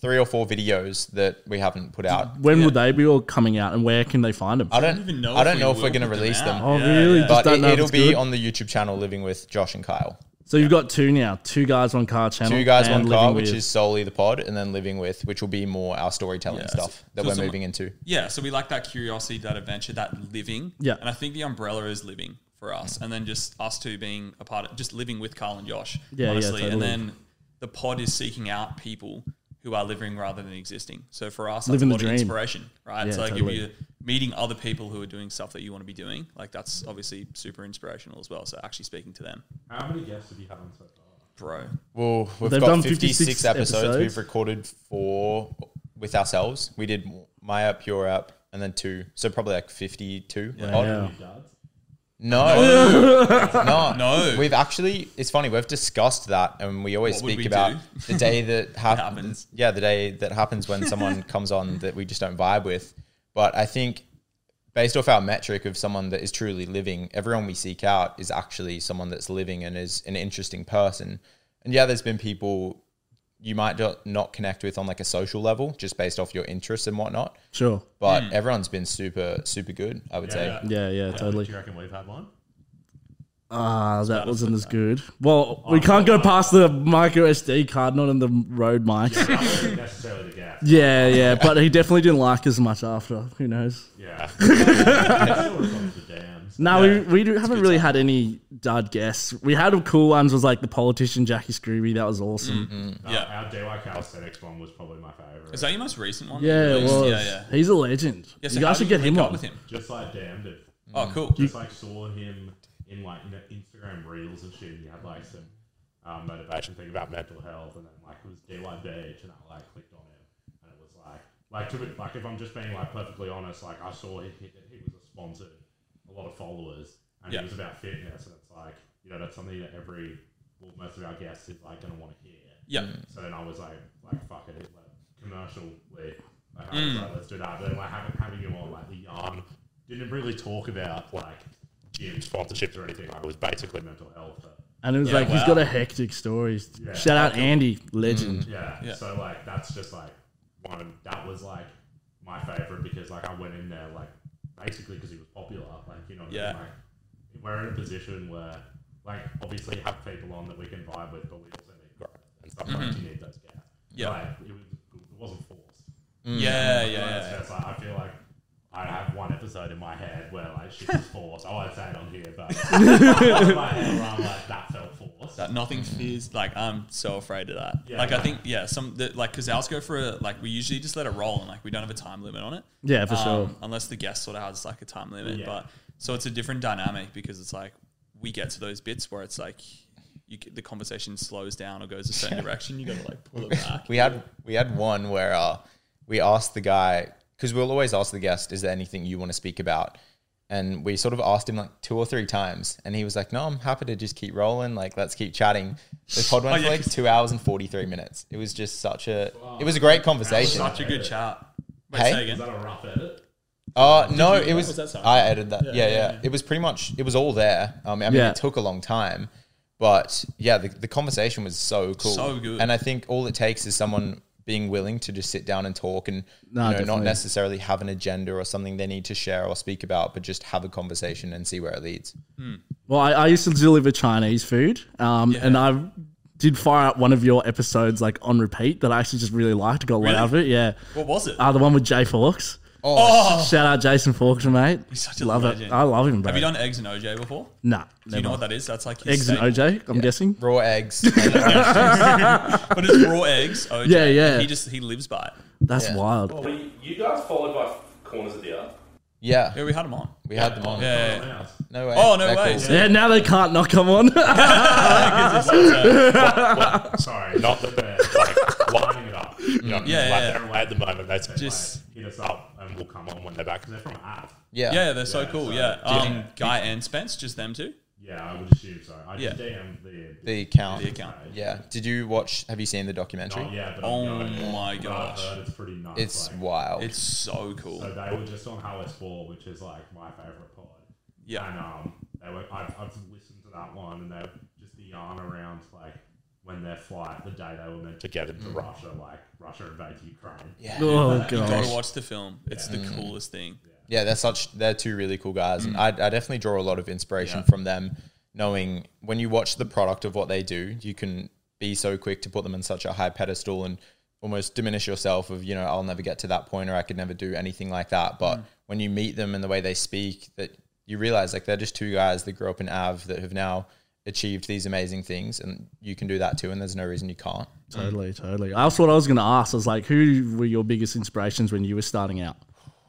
[SPEAKER 6] three or four videos that we haven't put out.
[SPEAKER 4] When will they be all coming out, and where can they find them?
[SPEAKER 6] I
[SPEAKER 5] I
[SPEAKER 6] don't
[SPEAKER 5] don't even know.
[SPEAKER 6] I don't
[SPEAKER 5] if
[SPEAKER 6] know
[SPEAKER 5] we
[SPEAKER 6] if
[SPEAKER 5] will
[SPEAKER 6] we're going to
[SPEAKER 5] put
[SPEAKER 6] release them,
[SPEAKER 5] out.
[SPEAKER 4] Oh,
[SPEAKER 5] Yeah,
[SPEAKER 4] really?
[SPEAKER 5] yeah.
[SPEAKER 4] Just
[SPEAKER 6] but
[SPEAKER 4] don't
[SPEAKER 6] it,
[SPEAKER 4] know if
[SPEAKER 6] it'll
[SPEAKER 4] it's
[SPEAKER 6] be
[SPEAKER 4] good.
[SPEAKER 6] on the YouTube channel, Living with Josh and Kyle.
[SPEAKER 4] So you've got two now, two guys one car channel,
[SPEAKER 6] Two guys,
[SPEAKER 4] and
[SPEAKER 6] one car,
[SPEAKER 4] Living
[SPEAKER 6] which
[SPEAKER 4] With.
[SPEAKER 6] is solely the pod, and then Living with, which will be more our storytelling
[SPEAKER 5] Yeah, so-
[SPEAKER 6] stuff that
[SPEAKER 5] so
[SPEAKER 6] we're
[SPEAKER 5] some-
[SPEAKER 6] moving into.
[SPEAKER 5] Yeah, so we like that curiosity, that adventure, that living.
[SPEAKER 4] Yeah.
[SPEAKER 5] And I think the umbrella is living for us. And then just us two being a part of just living with Carl and Josh,
[SPEAKER 4] Yeah, yeah,
[SPEAKER 5] honestly.
[SPEAKER 4] totally.
[SPEAKER 5] And then the pod is seeking out people who are living rather than existing. So for us, that's a
[SPEAKER 4] Living the
[SPEAKER 5] lot of
[SPEAKER 4] dream.
[SPEAKER 5] inspiration, right?
[SPEAKER 4] Yeah,
[SPEAKER 5] so like
[SPEAKER 4] totally.
[SPEAKER 5] if you're meeting other people who are doing stuff that you want to be doing, like that's obviously super inspirational as well. So actually speaking to them,
[SPEAKER 3] How many guests have you had on so far?
[SPEAKER 5] bro.
[SPEAKER 6] Well, we've
[SPEAKER 4] They've
[SPEAKER 6] got
[SPEAKER 4] done
[SPEAKER 6] 56,
[SPEAKER 4] 56
[SPEAKER 6] episodes.
[SPEAKER 4] episodes.
[SPEAKER 6] We've recorded four with ourselves. We did my app, your app, and then two. So probably like 52. odd.
[SPEAKER 4] Yeah.
[SPEAKER 6] No. *laughs* no.
[SPEAKER 5] No.
[SPEAKER 6] We've actually, it's funny, we've discussed that and we always
[SPEAKER 5] What would
[SPEAKER 6] speak
[SPEAKER 5] we
[SPEAKER 6] about
[SPEAKER 5] do?
[SPEAKER 6] the day
[SPEAKER 5] *laughs*
[SPEAKER 6] that happens.
[SPEAKER 5] happens.
[SPEAKER 6] Yeah, the day that happens when
[SPEAKER 5] *laughs*
[SPEAKER 6] someone comes on that we just don't vibe with. But I think based off our metric of someone that is truly living, everyone we seek out is actually someone that's living and is an interesting person. And yeah, there's been people you might not- not connect with on like a social level just based off your interests and whatnot.
[SPEAKER 4] Sure.
[SPEAKER 6] But
[SPEAKER 5] Hmm.
[SPEAKER 6] everyone's been super, super good, I would say.
[SPEAKER 4] Yeah, yeah,
[SPEAKER 3] Do
[SPEAKER 4] totally.
[SPEAKER 3] you reckon we've
[SPEAKER 5] *laughs*
[SPEAKER 3] had one?
[SPEAKER 4] Ah, that wasn't as good. Well,
[SPEAKER 6] Oh,
[SPEAKER 4] we can't go past the micro SD card, not in the road
[SPEAKER 6] *laughs*
[SPEAKER 4] mic.
[SPEAKER 3] That wasn't necessarily the guest.
[SPEAKER 4] Yeah, yeah, but he definitely didn't like as much after. Who knows?
[SPEAKER 5] *laughs*
[SPEAKER 3] Yeah. Still responds to DMs.
[SPEAKER 4] No, we, we do, haven't really had any dud guests. We had cool ones, was like the politician Jackie Scrooby. That was awesome.
[SPEAKER 5] Mm-hmm. Yeah.
[SPEAKER 3] Our DIY calisthenics one was probably my favorite.
[SPEAKER 5] Is that your most recent one? that you
[SPEAKER 4] Yeah, it
[SPEAKER 5] released?
[SPEAKER 4] was.
[SPEAKER 5] Yeah, yeah.
[SPEAKER 4] He's a legend.
[SPEAKER 5] Yeah, so
[SPEAKER 4] you
[SPEAKER 5] how
[SPEAKER 4] guys
[SPEAKER 5] did
[SPEAKER 4] should get
[SPEAKER 5] link
[SPEAKER 4] him
[SPEAKER 5] up
[SPEAKER 4] on.
[SPEAKER 5] with him.
[SPEAKER 3] Just like damned it.
[SPEAKER 5] Oh, cool.
[SPEAKER 3] Just like saw him in like you know, Instagram reels and shit. He had like some um, motivation thing about mental health, and then like it was DYBH, and I like clicked on him, and it was like like to be, like if I'm just being like perfectly honest, like I saw he he, he was a sponsor, a lot of followers, and
[SPEAKER 5] Yeah.
[SPEAKER 3] he was about fitness, and it's like you know that's something that every well, most of our guests is like gonna want to hear.
[SPEAKER 5] Yeah.
[SPEAKER 3] So then I was like, like fuck it, like, commercially, like, I was
[SPEAKER 5] Mm.
[SPEAKER 3] like, let's do that. But then like having, having you on like the yarn didn't really talk about like gym sponsorships or anything. Like, it was basically mental health. But,
[SPEAKER 4] And it was like,
[SPEAKER 5] wow.
[SPEAKER 4] he's
[SPEAKER 5] Mm-hmm.
[SPEAKER 4] got a hectic story.
[SPEAKER 3] Yeah.
[SPEAKER 4] Shout out Andy, legend.
[SPEAKER 3] yeah,
[SPEAKER 5] Mm. Yeah.
[SPEAKER 3] So like that's just like one. That was like my favorite because like I went in there like basically because he was popular. Like you know, what I mean?
[SPEAKER 5] Yeah.
[SPEAKER 3] Like, we're in a position where like obviously have people on that we can vibe with, but we also need growth and sometimes you need those gaps.
[SPEAKER 5] Mm-hmm. Yeah.
[SPEAKER 3] Like, it, was, it wasn't forced.
[SPEAKER 5] Yeah, yeah,
[SPEAKER 3] Yeah,
[SPEAKER 5] yeah.
[SPEAKER 3] it's just like, I feel like I have one episode in my head where like shit was forced. I won't say it on here, but *laughs* in my head where I'm like that felt forced.
[SPEAKER 5] That nothing fears like I'm so afraid of that.
[SPEAKER 3] Mm-hmm. Yeah.
[SPEAKER 5] like I think yeah, some the, like because ours go for a like we usually just let it roll and like we don't have a time limit on it.
[SPEAKER 4] Yeah, for
[SPEAKER 5] Um,
[SPEAKER 4] sure.
[SPEAKER 5] Unless the guest sort of has like a time limit,
[SPEAKER 3] Yeah.
[SPEAKER 5] but so it's a different dynamic because it's like we get to those bits where it's like you get, the conversation slows down or goes a
[SPEAKER 4] *laughs*
[SPEAKER 5] certain direction. You got to like pull it back.
[SPEAKER 6] we had we had one where uh, we asked the guy because we'll always ask the guest, "Is there anything you want to speak about?" And we sort of asked him like two or three times, and he was like, "No, I'm happy to just keep rolling. Like, let's keep chatting." The pod went
[SPEAKER 5] Oh, yeah,
[SPEAKER 6] for like two hours and forty three minutes. It was just such a it was a great conversation.
[SPEAKER 5] Such a good chat. Wait,
[SPEAKER 6] Hey?
[SPEAKER 5] say
[SPEAKER 3] Is
[SPEAKER 5] again.
[SPEAKER 3] that a rough edit?
[SPEAKER 6] Uh, no,
[SPEAKER 5] you-
[SPEAKER 6] it was.
[SPEAKER 5] was that something?
[SPEAKER 6] I added that. Yeah yeah,
[SPEAKER 5] yeah, yeah.
[SPEAKER 6] It was pretty much. It was all there. Um, I mean,
[SPEAKER 4] Yeah.
[SPEAKER 6] it took a long time, but yeah, the, the conversation was so cool,
[SPEAKER 5] So good.
[SPEAKER 6] And I think all it takes is someone being willing to just sit down and talk, and
[SPEAKER 4] No,
[SPEAKER 6] you know, not
[SPEAKER 4] definitely.
[SPEAKER 6] necessarily have an agenda or something they need to share or speak about, but just have a conversation and see where it leads.
[SPEAKER 4] Well, I, I used to deliver Chinese food, um, and I did fire up one of your episodes like on repeat that I actually just really liked. Got a lot
[SPEAKER 5] Really?
[SPEAKER 4] out of it. Yeah,
[SPEAKER 5] What was it?
[SPEAKER 4] uh, the one with Jay Fawkes.
[SPEAKER 6] Oh,
[SPEAKER 4] Shout out Jason Fawkes, mate.
[SPEAKER 5] He's such a
[SPEAKER 4] love it.
[SPEAKER 5] legend.
[SPEAKER 4] I love him, bro.
[SPEAKER 5] have you done eggs and OJ before?
[SPEAKER 4] Nah,
[SPEAKER 5] Do you
[SPEAKER 4] never.
[SPEAKER 5] know what that is? That's like his
[SPEAKER 4] Eggs and
[SPEAKER 5] staple.
[SPEAKER 4] OJ. I'm guessing.
[SPEAKER 5] *laughs*
[SPEAKER 6] raw eggs.
[SPEAKER 5] but it's raw eggs. OJ.
[SPEAKER 4] Yeah, *laughs* yeah.
[SPEAKER 5] He just he lives by it.
[SPEAKER 4] That's
[SPEAKER 6] Yeah.
[SPEAKER 4] wild.
[SPEAKER 2] Were you, you guys followed by Corners of the Earth?
[SPEAKER 6] yeah,
[SPEAKER 5] Yeah, we had him on.
[SPEAKER 6] we had them on.
[SPEAKER 5] Yeah, yeah, yeah.
[SPEAKER 3] Yeah.
[SPEAKER 6] No way.
[SPEAKER 5] Oh, *laughs* no
[SPEAKER 6] They're
[SPEAKER 5] way.
[SPEAKER 6] cool.
[SPEAKER 4] Yeah, now they can't not come on. *laughs*
[SPEAKER 3] Sorry, not the best. Like, lining it up. You know what
[SPEAKER 5] Mm.
[SPEAKER 3] I mean?
[SPEAKER 5] Yeah,
[SPEAKER 3] like
[SPEAKER 5] yeah,
[SPEAKER 3] they're away at the moment. They say,
[SPEAKER 5] Just-
[SPEAKER 3] like, hit us up and we'll come on when they're back because they're from Ath.
[SPEAKER 6] Yeah.
[SPEAKER 5] Yeah, they're so cool.
[SPEAKER 3] so-
[SPEAKER 5] yeah.
[SPEAKER 3] Do you
[SPEAKER 5] Um, Guy and Spence, just them two.
[SPEAKER 3] Yeah, I would assume so. I
[SPEAKER 5] Yeah.
[SPEAKER 3] just DM'd the
[SPEAKER 6] The account.
[SPEAKER 5] The account.
[SPEAKER 6] Yeah. Did you watch? Have you seen the documentary?
[SPEAKER 3] Oh, yeah, but
[SPEAKER 5] Oh
[SPEAKER 3] I'm going there.
[SPEAKER 5] my
[SPEAKER 3] But I've
[SPEAKER 5] gosh.
[SPEAKER 3] heard it's pretty nuts.
[SPEAKER 6] It's
[SPEAKER 3] like,
[SPEAKER 6] wild.
[SPEAKER 5] It's so cool.
[SPEAKER 3] So they were just on Hellas Four, which is like my favorite pod.
[SPEAKER 5] Yeah.
[SPEAKER 3] And um, they were, I've, I've listened to that one, and they're just the yarn around like when their flight, the day they were meant to get into Russia, like Russia invades Ukraine.
[SPEAKER 6] yeah.
[SPEAKER 4] Oh
[SPEAKER 5] You gotta
[SPEAKER 4] gosh.
[SPEAKER 5] watch the film. It's the coolest thing.
[SPEAKER 6] Yeah, they're such they're two really cool guys, and I, I definitely draw a lot of inspiration from them. Knowing when you watch the product of what they do, you can be so quick to put them in such a high pedestal and almost diminish yourself of you know I'll never get to that point or I could never do anything like that. But when you meet them and the way they speak, that you realize like they're just two guys that grew up in Av that have now achieved these amazing things, and you can do that too. And there's no reason you can't.
[SPEAKER 4] Totally, totally. I also what I was going to ask. I was like, who were your biggest inspirations when you were starting out?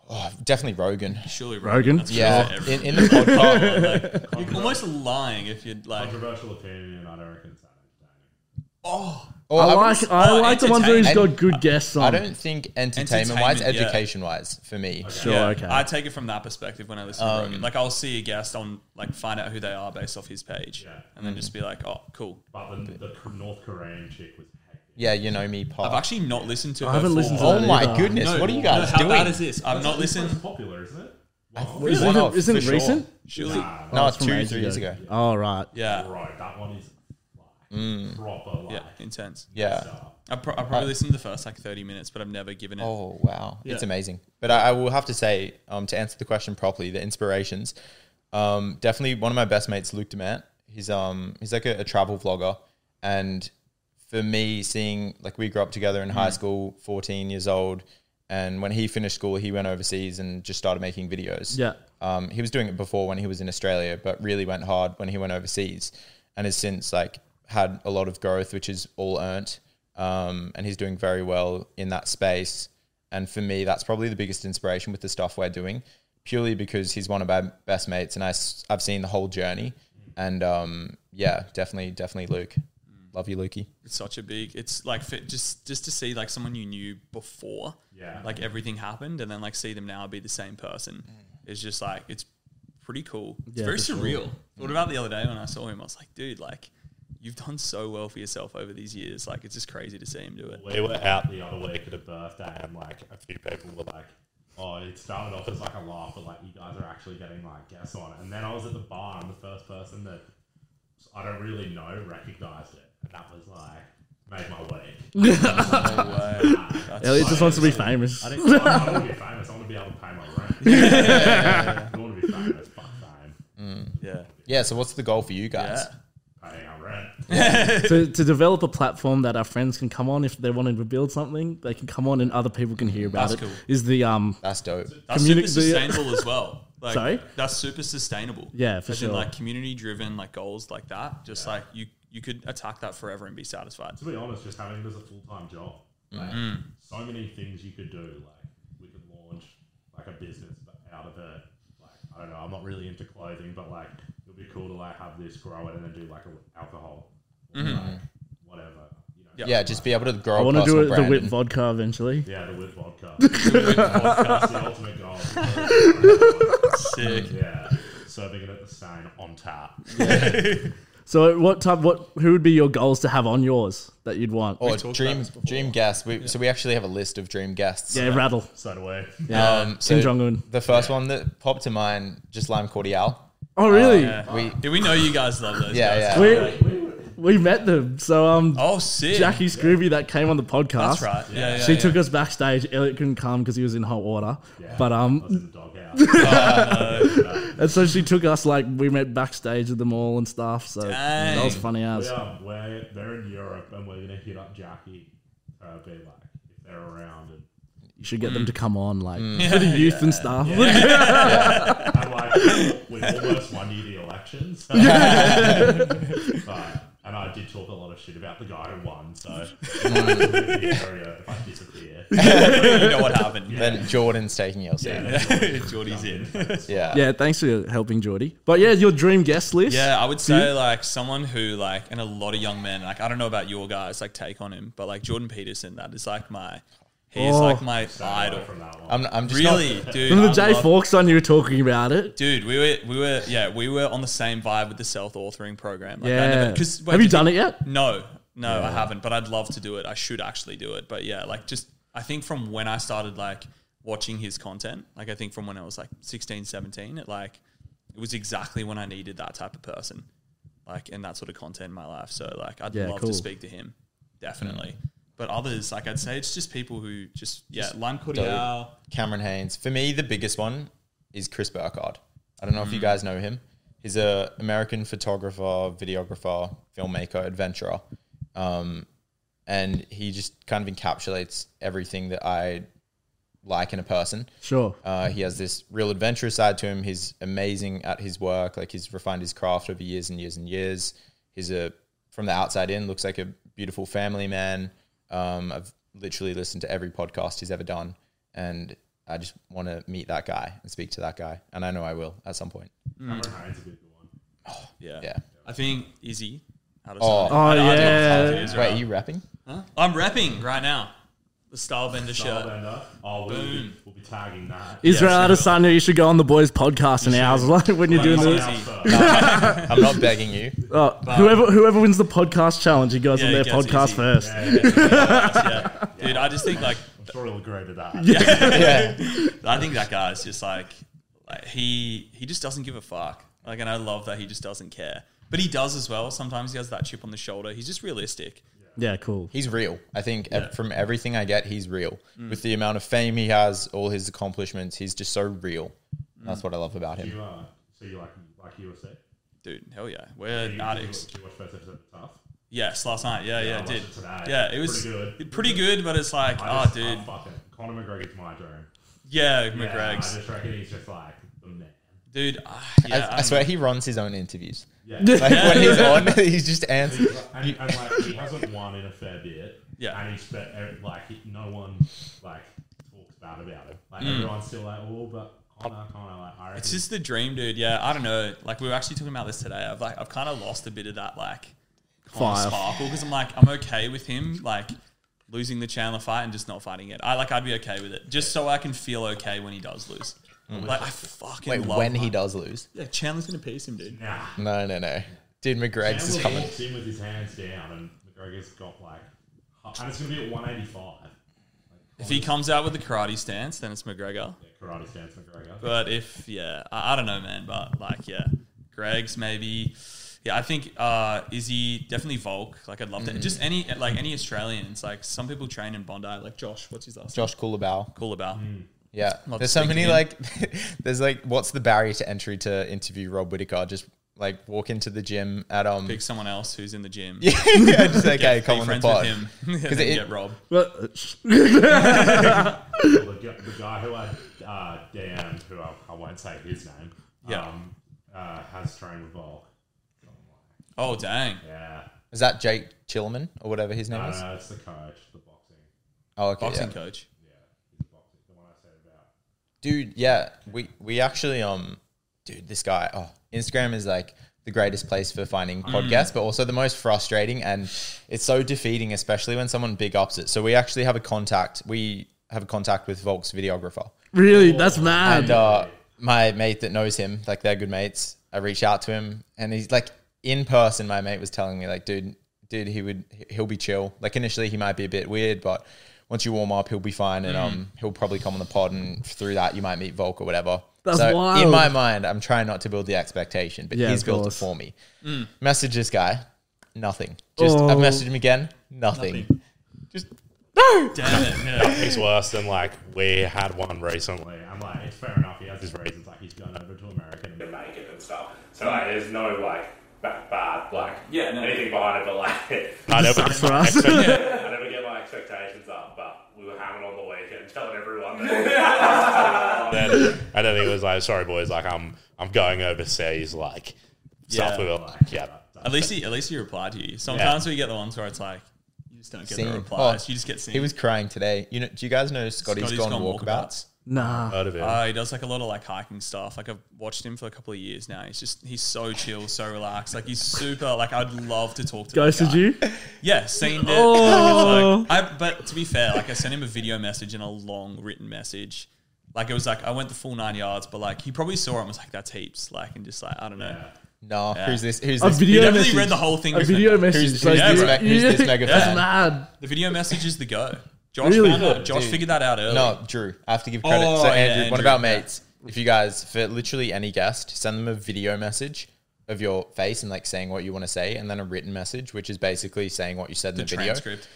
[SPEAKER 6] Oh, definitely Rogan.
[SPEAKER 5] Surely
[SPEAKER 4] Rogan?
[SPEAKER 5] that's
[SPEAKER 6] Yeah,
[SPEAKER 5] for
[SPEAKER 6] in,
[SPEAKER 5] everyone.
[SPEAKER 6] in the podcast.
[SPEAKER 5] You're almost lying if you're like,
[SPEAKER 3] Controversial opinion, I don't reckon it's that entertaining.
[SPEAKER 5] oh,
[SPEAKER 6] Oh,
[SPEAKER 4] I
[SPEAKER 6] wouldn't
[SPEAKER 4] like I
[SPEAKER 5] oh,
[SPEAKER 4] like the ones where he's
[SPEAKER 6] entertain-
[SPEAKER 4] got good guests on.
[SPEAKER 6] I don't think entertainment wise,
[SPEAKER 5] Entertainment, yeah.
[SPEAKER 6] education wise, for me.
[SPEAKER 4] sure.
[SPEAKER 5] yeah.
[SPEAKER 4] okay.
[SPEAKER 5] I take it from that perspective when I listen to Rogan. Like, I'll see a guest on, like, find out who they are based off his page,
[SPEAKER 3] Yeah.
[SPEAKER 5] and then just be like, oh, cool.
[SPEAKER 3] But the, the K- North Korean chick was hectic.
[SPEAKER 6] Yeah, you know me, Pop.
[SPEAKER 5] I've actually not listened to.
[SPEAKER 4] I haven't listened to
[SPEAKER 6] oh
[SPEAKER 4] that
[SPEAKER 6] my
[SPEAKER 4] either.
[SPEAKER 6] goodness, what are you guys
[SPEAKER 5] how
[SPEAKER 6] doing?
[SPEAKER 5] bad is this? I've not
[SPEAKER 3] It's the
[SPEAKER 5] listened.
[SPEAKER 3] most popular, isn't it? Well,
[SPEAKER 4] Is
[SPEAKER 6] One
[SPEAKER 4] it,
[SPEAKER 6] off,
[SPEAKER 4] isn't
[SPEAKER 6] for
[SPEAKER 4] it
[SPEAKER 6] sure.
[SPEAKER 4] recent?
[SPEAKER 5] Surely,
[SPEAKER 6] no,
[SPEAKER 4] That's
[SPEAKER 6] it's
[SPEAKER 4] from
[SPEAKER 6] two, three years ago.
[SPEAKER 4] Oh right.
[SPEAKER 5] yeah,
[SPEAKER 3] right, that one is like proper like
[SPEAKER 5] yeah, intense.
[SPEAKER 6] Yeah.
[SPEAKER 5] I, pro- I probably listened to the first like thirty minutes, but I've never given it.
[SPEAKER 6] Oh wow, it's amazing. But I, I will have to say, um, to answer the question properly, the inspirations, um, definitely one of my best mates, Luke Demant. He's um, he's like a, a travel vlogger, and for me, seeing like we grew up together in
[SPEAKER 5] Mm.
[SPEAKER 6] high school, fourteen years old, and when he finished school, he went overseas and just started making videos.
[SPEAKER 4] Yeah.
[SPEAKER 6] Um, he was doing it before when he was in Australia, but really went hard when he went overseas, and has since like had a lot of growth, which is all earned. Um, and he's doing very well in that space. And for me, that's probably the biggest inspiration with the stuff we're doing, purely because he's one of my best mates, and I have seen the whole journey. And um, yeah, definitely, definitely, Luke. Love you, Lukey.
[SPEAKER 5] It's such a big. It's like fit, just just to see like someone you knew before,
[SPEAKER 3] Yeah.
[SPEAKER 5] like everything happened, and then like see them now be the same person. It's just like it's pretty cool. It's
[SPEAKER 4] Mm. Yeah,
[SPEAKER 5] very
[SPEAKER 4] for sure. Mm.
[SPEAKER 5] surreal. What about the other day when I saw him? I was like, dude, like you've done so well for yourself over these years. Like it's just crazy to see him do it.
[SPEAKER 3] We were out the other week at a birthday, and like a few people were like, "Oh, it started off as like a laugh, but like you guys are actually getting like guests on it." And then I was at the bar, and the first person that I don't really know recognized it, and that was like made my
[SPEAKER 5] *laughs*
[SPEAKER 3] week.
[SPEAKER 4] Elliot just wants to be famous.
[SPEAKER 3] I didn't. I want to be famous. I want to be able to pay my rent. I want to be famous. Fuck fame.
[SPEAKER 5] Yeah,
[SPEAKER 6] Yeah. So, what's the goal for you guys?
[SPEAKER 5] yeah.
[SPEAKER 3] Paying our rent.
[SPEAKER 4] to, to develop a platform that our friends can come on if they want to build something, they can come on and other people can hear about
[SPEAKER 5] That's
[SPEAKER 4] it. Is
[SPEAKER 5] cool.
[SPEAKER 4] the um
[SPEAKER 6] That's dope.
[SPEAKER 5] That's
[SPEAKER 4] Communi-
[SPEAKER 5] super
[SPEAKER 4] the-
[SPEAKER 5] sustainable as *laughs* well. Like,
[SPEAKER 4] Sorry?
[SPEAKER 5] that's super sustainable.
[SPEAKER 4] Yeah, for
[SPEAKER 5] As
[SPEAKER 4] sure.
[SPEAKER 5] In like community driven, like goals like that. Just like you, you could attack that forever and be satisfied.
[SPEAKER 3] to be honest, just having it as a full time job. Like, So many things you could do. Like we could launch like a business out of it. Like I don't know. I'm not really into clothing, but like it would be cool to like have this grow it and then do like a, alcohol, or, like, whatever. You know.
[SPEAKER 5] Yeah.
[SPEAKER 6] Yeah, just be able to grow.
[SPEAKER 4] I want to do it the
[SPEAKER 6] brand
[SPEAKER 4] whip
[SPEAKER 6] and-
[SPEAKER 4] vodka eventually.
[SPEAKER 3] Yeah, the with vodka. *laughs* That's the ultimate goal.
[SPEAKER 5] Sick.
[SPEAKER 3] yeah, serving it at the stain on tap.
[SPEAKER 4] So what type what who would be your goals to have on yours that you'd want?
[SPEAKER 6] Or
[SPEAKER 5] talked about
[SPEAKER 6] dream
[SPEAKER 5] this before.
[SPEAKER 6] dream guests. We, So we actually have a list of dream guests.
[SPEAKER 4] yeah, rattle.
[SPEAKER 3] So do we.
[SPEAKER 4] Yeah.
[SPEAKER 6] Um,
[SPEAKER 4] Kim
[SPEAKER 6] so
[SPEAKER 4] Jong Un.
[SPEAKER 6] The first one that popped to mind, just lime cordial.
[SPEAKER 4] Oh really?
[SPEAKER 5] Yeah.
[SPEAKER 6] We
[SPEAKER 5] Yeah, we know you guys love those.
[SPEAKER 6] yeah
[SPEAKER 5] guys.
[SPEAKER 6] yeah.
[SPEAKER 4] We we met them. So um
[SPEAKER 5] Oh, sick.
[SPEAKER 4] Jackie Scrooby that came on the podcast.
[SPEAKER 5] That's right. Yeah, yeah.
[SPEAKER 4] She
[SPEAKER 5] yeah. *laughs*
[SPEAKER 4] took us backstage. Elliot couldn't come because he was in hot water. But um,
[SPEAKER 3] I was in the doghouse.
[SPEAKER 4] And so she took us like we met backstage at the mall and stuff. So that was
[SPEAKER 5] Dang.
[SPEAKER 4] funny
[SPEAKER 3] We
[SPEAKER 4] as.
[SPEAKER 3] are, we're, they're in Europe and we're going to hit up Jackie. Uh, be like, if they're around. And,
[SPEAKER 4] You should get them
[SPEAKER 5] Mm.
[SPEAKER 4] to come on like for the
[SPEAKER 5] *laughs*
[SPEAKER 4] youth and stuff.
[SPEAKER 6] *laughs*
[SPEAKER 3] I'm like, we almost won you the elections. but And I did talk a lot of shit about the guy who won, so *laughs* if I live in the area, if I disappear,
[SPEAKER 5] you know what happened.
[SPEAKER 6] Then Jordan's taking your seat. Yeah.
[SPEAKER 5] *laughs* Geordie's in.
[SPEAKER 6] Yeah.
[SPEAKER 4] *laughs* Yeah, thanks for helping, Geordie. But yeah, your dream guest list.
[SPEAKER 5] Yeah, I would say like someone who like, and a lot of young men. Like I don't know about your guys, like take on him, but like Jordan Peterson, that is like my, he's
[SPEAKER 4] Oh.
[SPEAKER 5] like my idol.
[SPEAKER 3] from that one.
[SPEAKER 6] I'm, I'm just not-
[SPEAKER 5] Really, dude.
[SPEAKER 4] Remember
[SPEAKER 5] I
[SPEAKER 4] Jay
[SPEAKER 5] love-
[SPEAKER 4] Fawkes on you were talking about it?
[SPEAKER 5] Dude, we were we were yeah we were on the same vibe with the self authoring program. Like, I
[SPEAKER 4] Yeah.
[SPEAKER 5] never- 'cause- wait,
[SPEAKER 4] Have you
[SPEAKER 5] did
[SPEAKER 4] done it yet?
[SPEAKER 5] No, no, I haven't. But I'd love to do it. I should actually do it. But yeah, like just I think from when I started like watching his content, like I think from when I was like 16, 17, it like it was exactly when I needed that type of person, like and that sort of content in my life. So like I'd
[SPEAKER 4] Yeah,
[SPEAKER 5] love
[SPEAKER 4] cool.
[SPEAKER 5] to speak to him, definitely. But others, like I'd say, it's just people who just yeah, Lime Cordial.
[SPEAKER 6] Cameron Haynes. For me, the biggest one is Chris Burkhardt. I don't know if you
[SPEAKER 5] Mm.
[SPEAKER 6] guys know him. He's a American photographer, videographer, filmmaker, adventurer, um, and he just kind of encapsulates everything that I like in a person.
[SPEAKER 4] Sure.
[SPEAKER 6] Uh, he has this real adventurous side to him. He's amazing at his work. Like he's refined his craft over years and years and years. He's a from the outside in looks like a beautiful family man. Um, I've literally listened to every podcast he's ever done, and I just want to meet that guy and speak to that guy. And I know I will at some point.
[SPEAKER 3] Cameron Haynes is a good one.
[SPEAKER 5] Yeah.
[SPEAKER 6] Yeah.
[SPEAKER 5] I think Izzy. Out of
[SPEAKER 6] Oh.
[SPEAKER 5] Sydney.
[SPEAKER 4] Oh,
[SPEAKER 5] I don't- I don't know how
[SPEAKER 4] yeah.
[SPEAKER 5] it Uh, is,
[SPEAKER 6] Wait,
[SPEAKER 5] right?
[SPEAKER 6] are you rapping?
[SPEAKER 5] I'm repping right now. The Stylebender shirt.
[SPEAKER 3] Stylebender. Oh, we'll be, we'll be tagging that.
[SPEAKER 4] Israel
[SPEAKER 5] Yeah,
[SPEAKER 4] Adesanya, you should go on the boys' podcast in hours *laughs* like when you're doing
[SPEAKER 5] Like,
[SPEAKER 4] this.
[SPEAKER 5] Izzy.
[SPEAKER 6] I'm not begging you.
[SPEAKER 4] Oh, whoever whoever wins the podcast challenge, he goes
[SPEAKER 5] Yeah,
[SPEAKER 4] on
[SPEAKER 5] he
[SPEAKER 4] their
[SPEAKER 5] gets
[SPEAKER 4] podcast
[SPEAKER 5] Izzy. *laughs*
[SPEAKER 4] first.
[SPEAKER 5] yeah. Dude, I just think like
[SPEAKER 3] I'm sure he'll agree to that.
[SPEAKER 6] Yeah.
[SPEAKER 5] I think that guy's just like, like he he just doesn't give a fuck. Like, and I love that he just doesn't care. But he does as well. Sometimes he has that chip on the shoulder. He's just realistic.
[SPEAKER 4] Yeah, cool.
[SPEAKER 6] He's real. I think ev- from everything I get, he's real. With the amount of fame he has, all his accomplishments, he's just so real. That's what I love about him.
[SPEAKER 3] You, uh, so you like like UFC?
[SPEAKER 5] Dude, hell yeah. We're
[SPEAKER 3] You-
[SPEAKER 5] addicts.
[SPEAKER 3] You, you watch first episode of Tough.
[SPEAKER 5] Yes, last night. Yeah, yeah,
[SPEAKER 3] I
[SPEAKER 5] I
[SPEAKER 3] watched
[SPEAKER 5] did.
[SPEAKER 3] it today.
[SPEAKER 5] Yeah, it was
[SPEAKER 3] Pretty good.
[SPEAKER 5] pretty good, but it's like,
[SPEAKER 3] I
[SPEAKER 5] oh,
[SPEAKER 3] just-
[SPEAKER 5] dude.
[SPEAKER 3] Oh, fuck it. Conor McGregor's my dream.
[SPEAKER 5] Yeah,
[SPEAKER 3] Yeah, I
[SPEAKER 5] McGreg's.
[SPEAKER 3] just reckon he's just like the man.
[SPEAKER 5] Dude, ah,
[SPEAKER 6] I,
[SPEAKER 5] yeah.
[SPEAKER 6] I swear he runs his
[SPEAKER 5] *laughs*
[SPEAKER 6] own interviews.
[SPEAKER 3] Yeah.
[SPEAKER 6] *laughs* Like when he's on, he's just answers.
[SPEAKER 3] and, and like he hasn't won in a fair bit.
[SPEAKER 5] Yeah.
[SPEAKER 3] And he's but ev- like he, no one like talks bad about him. Like everyone's still like, oh, but Connor, Connor, like I reckon
[SPEAKER 5] Mm. It's just the dream, dude. Yeah, I don't know. Like we were actually talking about this today. I've like I've kind of lost a bit of that like kind of
[SPEAKER 4] Fire.
[SPEAKER 5] sparkle because I'm like I'm okay with him like losing the Chandler fight and just not fighting it. I like I'd be okay with it just so I can feel okay when he does lose. Like I fucking
[SPEAKER 6] Mm. Wait,
[SPEAKER 5] love
[SPEAKER 6] when he
[SPEAKER 5] that.
[SPEAKER 6] does lose?
[SPEAKER 5] Yeah, Chandler's gonna piece him, dude.
[SPEAKER 3] nah.
[SPEAKER 6] No, no, no. Dude, McGreg's is
[SPEAKER 3] Campbell
[SPEAKER 6] coming.
[SPEAKER 3] walks in with his hands down, and McGregor's got like, and it's gonna be at 185.
[SPEAKER 5] If he comes out with the karate stance, then it's McGregor.
[SPEAKER 3] Yeah, karate stance McGregor.
[SPEAKER 5] But if yeah, I, I don't know, man. But like yeah, Greg's maybe. Yeah, I think uh, Izzy definitely Volk. Like I'd love to
[SPEAKER 6] Mm.
[SPEAKER 5] just any like any Australians. Like some people train in Bondi. Like Josh, what's his last name?
[SPEAKER 6] Josh Coolabau.
[SPEAKER 5] Cool about.
[SPEAKER 6] Mm. Yeah.
[SPEAKER 5] Not
[SPEAKER 6] There's so many
[SPEAKER 5] speaking.
[SPEAKER 6] like, *laughs* there's like, what's the barrier to entry to interview Rob Whitaker? Just like walk into the gym at um.
[SPEAKER 5] Pick someone else who's in the gym.
[SPEAKER 6] *laughs* yeah,
[SPEAKER 5] *laughs*
[SPEAKER 6] just like, hey,
[SPEAKER 5] Be
[SPEAKER 6] come on the
[SPEAKER 5] friends
[SPEAKER 6] pod.
[SPEAKER 5] with him. *laughs* and
[SPEAKER 6] Because
[SPEAKER 5] then
[SPEAKER 6] it-
[SPEAKER 5] get Rob.
[SPEAKER 4] But
[SPEAKER 3] the, gu- the guy who I uh, damned, who I, I won't say his name,
[SPEAKER 5] Yeah.
[SPEAKER 3] um, uh, has trained with Volk.
[SPEAKER 5] Oh dang.
[SPEAKER 3] Yeah,
[SPEAKER 6] Is that Jake Chillman or whatever his name
[SPEAKER 3] no,
[SPEAKER 6] is?
[SPEAKER 3] no, it's the coach, the boxing.
[SPEAKER 6] Oh, okay.
[SPEAKER 5] Uh, Boxing
[SPEAKER 6] yeah.
[SPEAKER 5] coach.
[SPEAKER 3] Yeah, he's the boxing. The one I said about.
[SPEAKER 6] dude yeah we we actually um dude this guy oh instagram is like the greatest place for finding podcasts but also the most frustrating and it's so defeating especially when someone big ups it so we actually have a contact we have a contact with volk's videographer
[SPEAKER 4] *laughs* really, that's
[SPEAKER 6] and
[SPEAKER 4] mad.
[SPEAKER 6] uh, my mate that knows him like they're good mates i reach out to him and he's like in person my mate was telling me like dude dude he would he'll be chill like initially he might be a bit weird but once you warm up he'll be fine and um
[SPEAKER 4] Mm.
[SPEAKER 6] he'll probably come on the pod and through that you might meet volk or whatever
[SPEAKER 4] That's
[SPEAKER 6] so
[SPEAKER 4] wild.
[SPEAKER 6] in my mind i'm trying not to build the expectation but
[SPEAKER 4] Yeah,
[SPEAKER 6] he's
[SPEAKER 4] of
[SPEAKER 6] built it
[SPEAKER 4] course.
[SPEAKER 6] for me message this guy nothing just
[SPEAKER 4] Oh.
[SPEAKER 6] i've messaged him again nothing,
[SPEAKER 5] Damn it. Yeah.
[SPEAKER 3] He's worse than like we had one recently. I'm like, it's fair enough. He has his reasons. Like he's gone over to America.
[SPEAKER 2] to make it and stuff. So like, there's no like ba- bad like
[SPEAKER 1] Yeah, no.
[SPEAKER 2] anything behind it, but like *laughs*
[SPEAKER 3] I never,
[SPEAKER 4] Sucks for us.
[SPEAKER 2] I never get my expectations up. But we were hammering on the weekend, telling everyone. That
[SPEAKER 3] then, and then he was like, "Sorry, boys, like I'm I'm going overseas, like
[SPEAKER 5] stuff." Yeah. We
[SPEAKER 3] were like, "Yeah,
[SPEAKER 5] At least he, at least he replied to you. Sometimes we get the ones where it's like you just don't get
[SPEAKER 6] Seen.
[SPEAKER 5] the replies.
[SPEAKER 6] Oh,
[SPEAKER 5] you just get seen.
[SPEAKER 6] He was crying today. You know? Do you guys know Scotty's gone, walkabouts?
[SPEAKER 4] Nah.
[SPEAKER 3] Heard of it.
[SPEAKER 2] Uh,
[SPEAKER 5] Oh, he does like a lot of like hiking stuff. Like I've watched him for a couple of years now. He's just he's so chill, so relaxed. Like he's super. Like I'd love to talk to. that
[SPEAKER 4] Ghosted
[SPEAKER 5] guy.
[SPEAKER 4] you?
[SPEAKER 5] Yeah, seen it. *laughs*
[SPEAKER 4] Oh.
[SPEAKER 5] Like, it's like- I, but to be fair, like I sent him a video message and a long written message. Like it was like I went the full nine yards, but like he probably saw it and was like, "That's heaps." Like and just like I don't know.
[SPEAKER 6] No.
[SPEAKER 5] Yeah.
[SPEAKER 6] Who's this? Who's
[SPEAKER 4] A
[SPEAKER 6] this?
[SPEAKER 5] He
[SPEAKER 4] video
[SPEAKER 5] definitely
[SPEAKER 4] message.
[SPEAKER 5] read the whole thing.
[SPEAKER 4] a
[SPEAKER 5] with me.
[SPEAKER 4] video message.
[SPEAKER 6] Who's
[SPEAKER 4] like,
[SPEAKER 5] this
[SPEAKER 4] you-
[SPEAKER 6] me- who's this
[SPEAKER 4] *laughs* you-
[SPEAKER 6] mega
[SPEAKER 4] That's
[SPEAKER 6] fan?
[SPEAKER 4] mad.
[SPEAKER 5] The video message is the go. Josh
[SPEAKER 4] Really?
[SPEAKER 5] found out- Josh
[SPEAKER 6] Dude.
[SPEAKER 5] figured that out early.
[SPEAKER 6] No, Drew. I have to give credit.
[SPEAKER 5] Oh,
[SPEAKER 6] so
[SPEAKER 5] yeah,
[SPEAKER 6] Andrew,
[SPEAKER 5] Andrew,
[SPEAKER 6] what about
[SPEAKER 5] yeah.
[SPEAKER 6] mates? If you guys, for literally any guest, send them a video message of your face and like saying what you want to say, and then a written message, which is basically saying what you said in the, video.
[SPEAKER 5] transcript.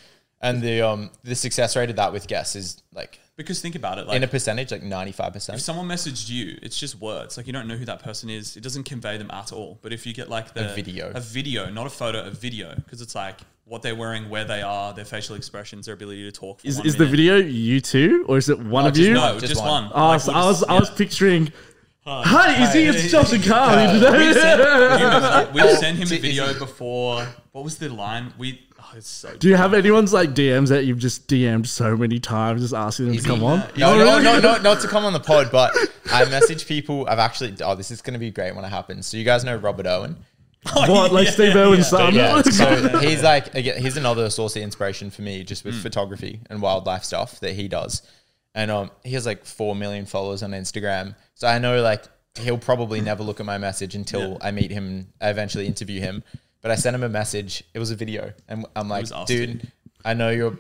[SPEAKER 6] And the um the success rate of that with guests is like
[SPEAKER 5] Because think about it, like
[SPEAKER 6] in a percentage, like ninety five
[SPEAKER 5] if
[SPEAKER 6] percent.
[SPEAKER 5] someone messaged you, it's just words. Like you don't know who that person is. It doesn't convey them at all. But if you get like the
[SPEAKER 6] A video.
[SPEAKER 5] a video, not a photo, a video, because it's like what they're wearing, where they are, their facial expressions, their ability to talk. For
[SPEAKER 4] Is,
[SPEAKER 5] one
[SPEAKER 4] is the
[SPEAKER 5] minute.
[SPEAKER 4] video you two or is it one of
[SPEAKER 6] just
[SPEAKER 4] you?
[SPEAKER 5] No,
[SPEAKER 6] Just
[SPEAKER 5] just,
[SPEAKER 6] one.
[SPEAKER 5] one.
[SPEAKER 4] Oh,
[SPEAKER 5] Like,
[SPEAKER 4] so
[SPEAKER 5] we'll
[SPEAKER 4] I was
[SPEAKER 5] just-
[SPEAKER 4] I was picturing. Hi, Izzy, it's Josh and Carl. You know?
[SPEAKER 5] yeah. we sent him
[SPEAKER 6] See,
[SPEAKER 5] a
[SPEAKER 6] is
[SPEAKER 5] video before. What was the line? We. Oh, it's so.
[SPEAKER 4] *laughs* Do you have anyone's like DMs that you've just DM'd so many times, just asking them to come on?
[SPEAKER 6] No,
[SPEAKER 4] Oh,
[SPEAKER 6] no,
[SPEAKER 4] really?
[SPEAKER 6] no, no, not to come on the pod, but I message people. I've actually, oh, this is going to be great when it happens. So you guys know Robert Owen.
[SPEAKER 4] *laughs*
[SPEAKER 6] *laughs*
[SPEAKER 4] What, like Steve Irwin's son?
[SPEAKER 6] Yeah,
[SPEAKER 4] *laughs*
[SPEAKER 6] so he's like again, he's another source of inspiration for me, just
[SPEAKER 5] Hmm.
[SPEAKER 6] with photography and wildlife stuff that he does. And um, he has like four million followers on Instagram, so I know like he'll probably
[SPEAKER 5] Hmm.
[SPEAKER 6] never look at my message until I meet him. and I eventually interview him, but I sent him a message. It was a video, and I'm like,
[SPEAKER 5] was us,
[SPEAKER 6] dude, I know you're.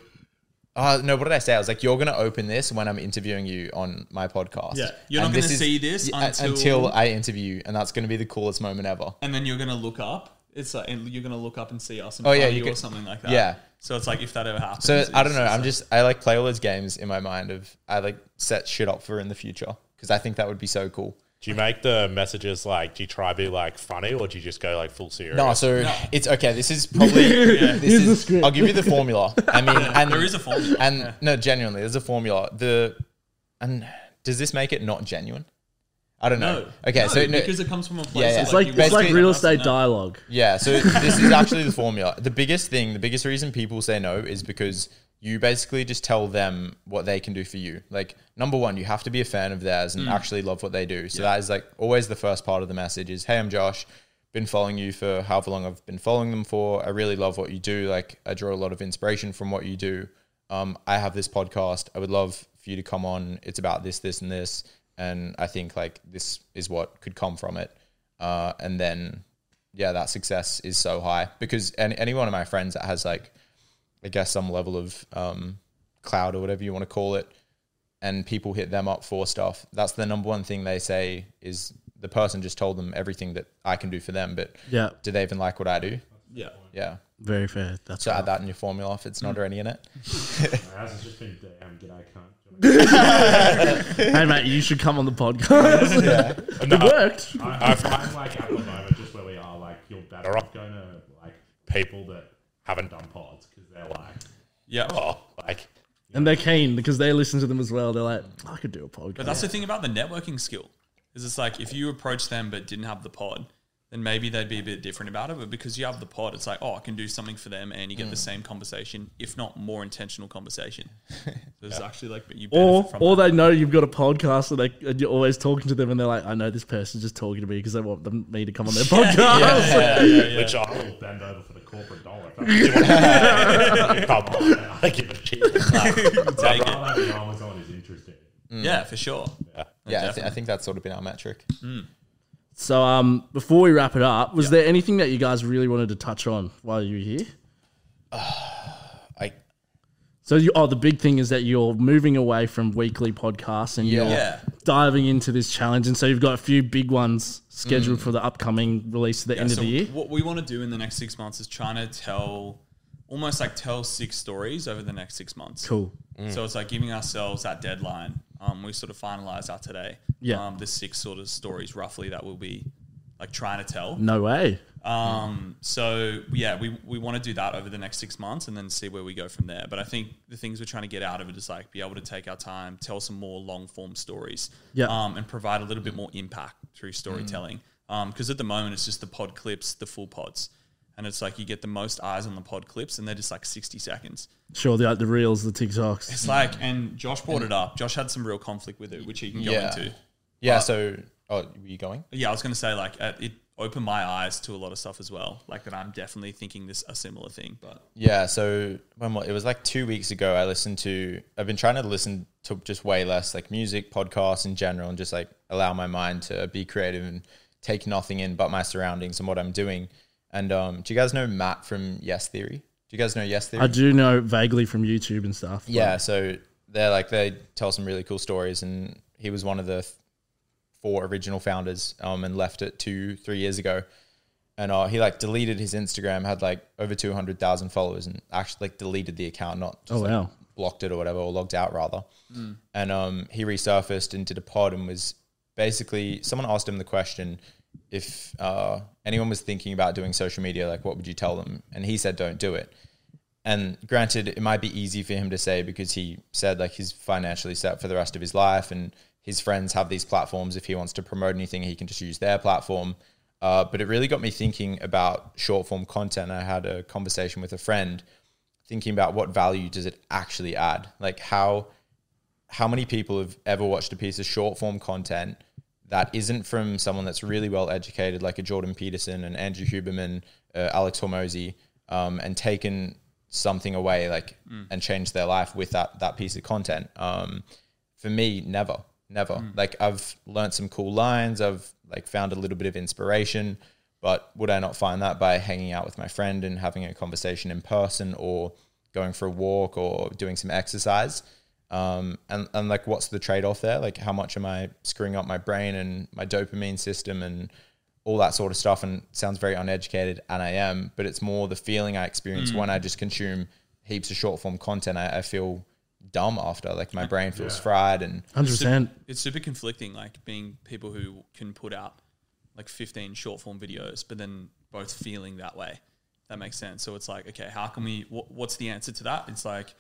[SPEAKER 6] Oh no! What did I say? I was like, "You're gonna open this when I'm interviewing you on my podcast.
[SPEAKER 5] Yeah. You're not
[SPEAKER 6] And
[SPEAKER 5] gonna see this
[SPEAKER 6] y- uh,
[SPEAKER 5] until-
[SPEAKER 6] until I interview you, and that's gonna be the coolest moment ever."
[SPEAKER 5] and then you're gonna look up. It's like and you're gonna look up and see us in
[SPEAKER 6] Oh,
[SPEAKER 5] front
[SPEAKER 6] yeah,
[SPEAKER 5] of
[SPEAKER 6] you
[SPEAKER 5] you,
[SPEAKER 6] could-
[SPEAKER 5] or something like that.
[SPEAKER 6] yeah.
[SPEAKER 5] So it's like if that ever happens.
[SPEAKER 6] So I don't
[SPEAKER 5] it's-
[SPEAKER 6] know.
[SPEAKER 5] it's
[SPEAKER 6] I'm
[SPEAKER 5] like-
[SPEAKER 6] just I like play all those games in my mind of I like set shit up for in the future because I think that would be so cool.
[SPEAKER 3] Do you make the messages like? Do you try to be like funny, or do you just go like full serious?
[SPEAKER 6] No, so it's okay. This
[SPEAKER 5] *laughs*
[SPEAKER 6] is probably this
[SPEAKER 4] Here's the
[SPEAKER 6] is.
[SPEAKER 4] script.
[SPEAKER 6] I'll give you the formula. I mean, and
[SPEAKER 5] there is a formula.
[SPEAKER 6] and no, genuinely, there's a formula. The and does this make it not genuine? I don't know.
[SPEAKER 5] No.
[SPEAKER 6] Okay,
[SPEAKER 5] No,
[SPEAKER 6] so no,
[SPEAKER 5] because it comes from a place.
[SPEAKER 6] Yeah, yeah.
[SPEAKER 5] that,
[SPEAKER 6] It's
[SPEAKER 4] It's like,
[SPEAKER 5] you
[SPEAKER 4] it's
[SPEAKER 5] want
[SPEAKER 4] like
[SPEAKER 5] to
[SPEAKER 6] basically-
[SPEAKER 4] real
[SPEAKER 5] know.
[SPEAKER 4] estate dialogue.
[SPEAKER 6] Yeah, so this is actually the formula. The biggest thing, the biggest reason people say no is because you basically just tell them what they can do for you. Like number one, you have to be a fan of theirs and actually love what they do. So that is like always the first part of the message is, "Hey, I'm Josh. Been following you for however long I've been following them for. I really love what you do. Like I draw a lot of inspiration from what you do. Um, I have this podcast. I would love for you to come on. It's about this, this, and this. And I think like this is what could come from it. Uh, and then yeah, that success is so high because and any one of my friends that has like, I guess some level of um, cloud or whatever you want to call it, and people hit them up for stuff. That's the number one thing they say is the person just told them everything that I can do for them, but
[SPEAKER 4] Yeah,
[SPEAKER 6] do they even like what I do?
[SPEAKER 5] Yeah.
[SPEAKER 6] Yeah.
[SPEAKER 4] very fair. That's
[SPEAKER 6] So add that in your formula if it's not already in it.
[SPEAKER 3] Ours has just been damn. G'day, cunt. *laughs*
[SPEAKER 4] hey mate, you should come on
[SPEAKER 5] *laughs*
[SPEAKER 4] the podcast. *laughs* it worked.
[SPEAKER 3] I, I find like at the moment, just where we are, like you're better off going to like people that haven't done pods because they're like,
[SPEAKER 5] Yeah.
[SPEAKER 3] oh, like
[SPEAKER 4] And they're keen because they listen to them as well. They're like, I could do a podcast.
[SPEAKER 5] But that's the thing about the networking skill. Is it's like if you approach them but didn't have the pod, then maybe they'd be a bit different about it. But because you have the pod, it's like, oh, I can do something for them, and you get the
[SPEAKER 4] Mm.
[SPEAKER 5] same conversation, if not more intentional
[SPEAKER 4] *laughs*
[SPEAKER 5] conversation. So it's actually like, but you
[SPEAKER 4] or,
[SPEAKER 5] benefit from
[SPEAKER 4] or
[SPEAKER 5] that.
[SPEAKER 4] they know you've got a podcast and, they, and you're always talking to them and they're like, I know this person's just talking to me because they want them, me to come
[SPEAKER 5] *laughs*
[SPEAKER 4] on their podcast.
[SPEAKER 5] yeah, yeah, yeah.
[SPEAKER 3] *laughs* which I will bend over for the corporate *laughs* dollar. If I want it. Come on, *laughs* I give it to you. I'd
[SPEAKER 5] Take it.
[SPEAKER 3] rather have it on when someone who's interested.
[SPEAKER 5] yeah, for sure.
[SPEAKER 4] Mm.
[SPEAKER 6] Yeah, I, th- I think that's sort of been our metric.
[SPEAKER 4] So um, before we wrap it up, was there anything that you guys really wanted to touch on while you were here?
[SPEAKER 6] I
[SPEAKER 4] So you, oh, the big thing is that you're moving away from weekly podcasts and you're
[SPEAKER 5] Yeah.
[SPEAKER 4] diving into this challenge, and so you've got a few big ones scheduled for the upcoming release at the end
[SPEAKER 5] Mm. so
[SPEAKER 4] of the year.
[SPEAKER 5] What we want to do in the next six months is trying to tell almost like tell six stories over the next six months.
[SPEAKER 4] Cool.
[SPEAKER 5] So it's like giving ourselves that deadline. Um, we sort of finalize that today.
[SPEAKER 4] Yeah.
[SPEAKER 5] Um, the six sort of stories roughly that we'll be like trying to tell.
[SPEAKER 4] No way.
[SPEAKER 5] Um, so yeah, we, we want to do that over the next six months and then see where we go from there. But I think the things we're trying to get out of it is like be able to take our time, tell some more long form stories,
[SPEAKER 4] Yeah.
[SPEAKER 5] um, and provide a
[SPEAKER 4] Mm.
[SPEAKER 5] little bit more impact through storytelling. Um, because at the moment it's just the pod clips, the full pods. and it's like you get the most eyes on the pod clips, and they're just like sixty seconds.
[SPEAKER 4] Sure, the, the reels, the TikToks.
[SPEAKER 5] It's like, and Josh brought it up. Josh had some real conflict with it, which he can go
[SPEAKER 6] Yeah.
[SPEAKER 5] into. uh,
[SPEAKER 6] Yeah. so, oh, were you going?
[SPEAKER 5] Yeah, I was going to say like uh, it opened my eyes to a lot of stuff as well. Like that, I'm definitely thinking this a similar thing, but
[SPEAKER 6] Yeah. So when wa- it was like two weeks ago, I listened to. I've been trying to listen to just way less like music, podcasts in general, and just like allow my mind to be creative and take nothing in but my surroundings and what I'm doing. And um, do you guys know Matt from Yes Theory? Do you guys know Yes Theory?
[SPEAKER 4] I do know vaguely from YouTube and stuff. but-
[SPEAKER 6] Yeah, so they're like they tell some really cool stories, and he was one of the th- four original founders, um, and left it two three years ago, and uh, he like deleted his Instagram, had like over two hundred thousand followers, and actually like deleted the account, not just
[SPEAKER 4] Oh,
[SPEAKER 6] like,
[SPEAKER 4] wow.
[SPEAKER 6] blocked it or whatever, or logged out rather, and um, he resurfaced and did a pod and was basically someone asked him the question if uh, anyone was thinking about doing social media, like what would you tell them, and he said don't do it. And granted, it might be easy for him to say because he said like he's financially set for the rest of his life and his friends have these platforms. If he wants to promote anything, he can just use their platform. Uh, but it really got me thinking about short form content. I had a conversation with a friend thinking about what value does it actually add? Like how how many people have ever watched a piece of short form content that isn't from someone that's really well educated, like a Jordan Peterson and Andrew Huberman, uh, Alex Hormozy, um, and taken something away, like and changed their life with that that piece of content. Um, for me, never, never. Like I've learned some cool lines. I've like found a little bit of inspiration, but would I not find that by hanging out with my friend and having a conversation in person, or going for a walk, or doing some exercise? um, and and like what's the trade off there? Like how much am I screwing up my brain and my dopamine system and all that sort of stuff? And it sounds very uneducated, and I am, but it's more the feeling I experience when I just consume heaps of short form content. I, I feel dumb after, like my brain feels fried, and
[SPEAKER 4] 100%.
[SPEAKER 5] it's super conflicting. Like being people who can put out like 15 short form videos, but then both feeling that way. That makes sense. So it's like, okay, how can we? What, what's the answer to that? It's like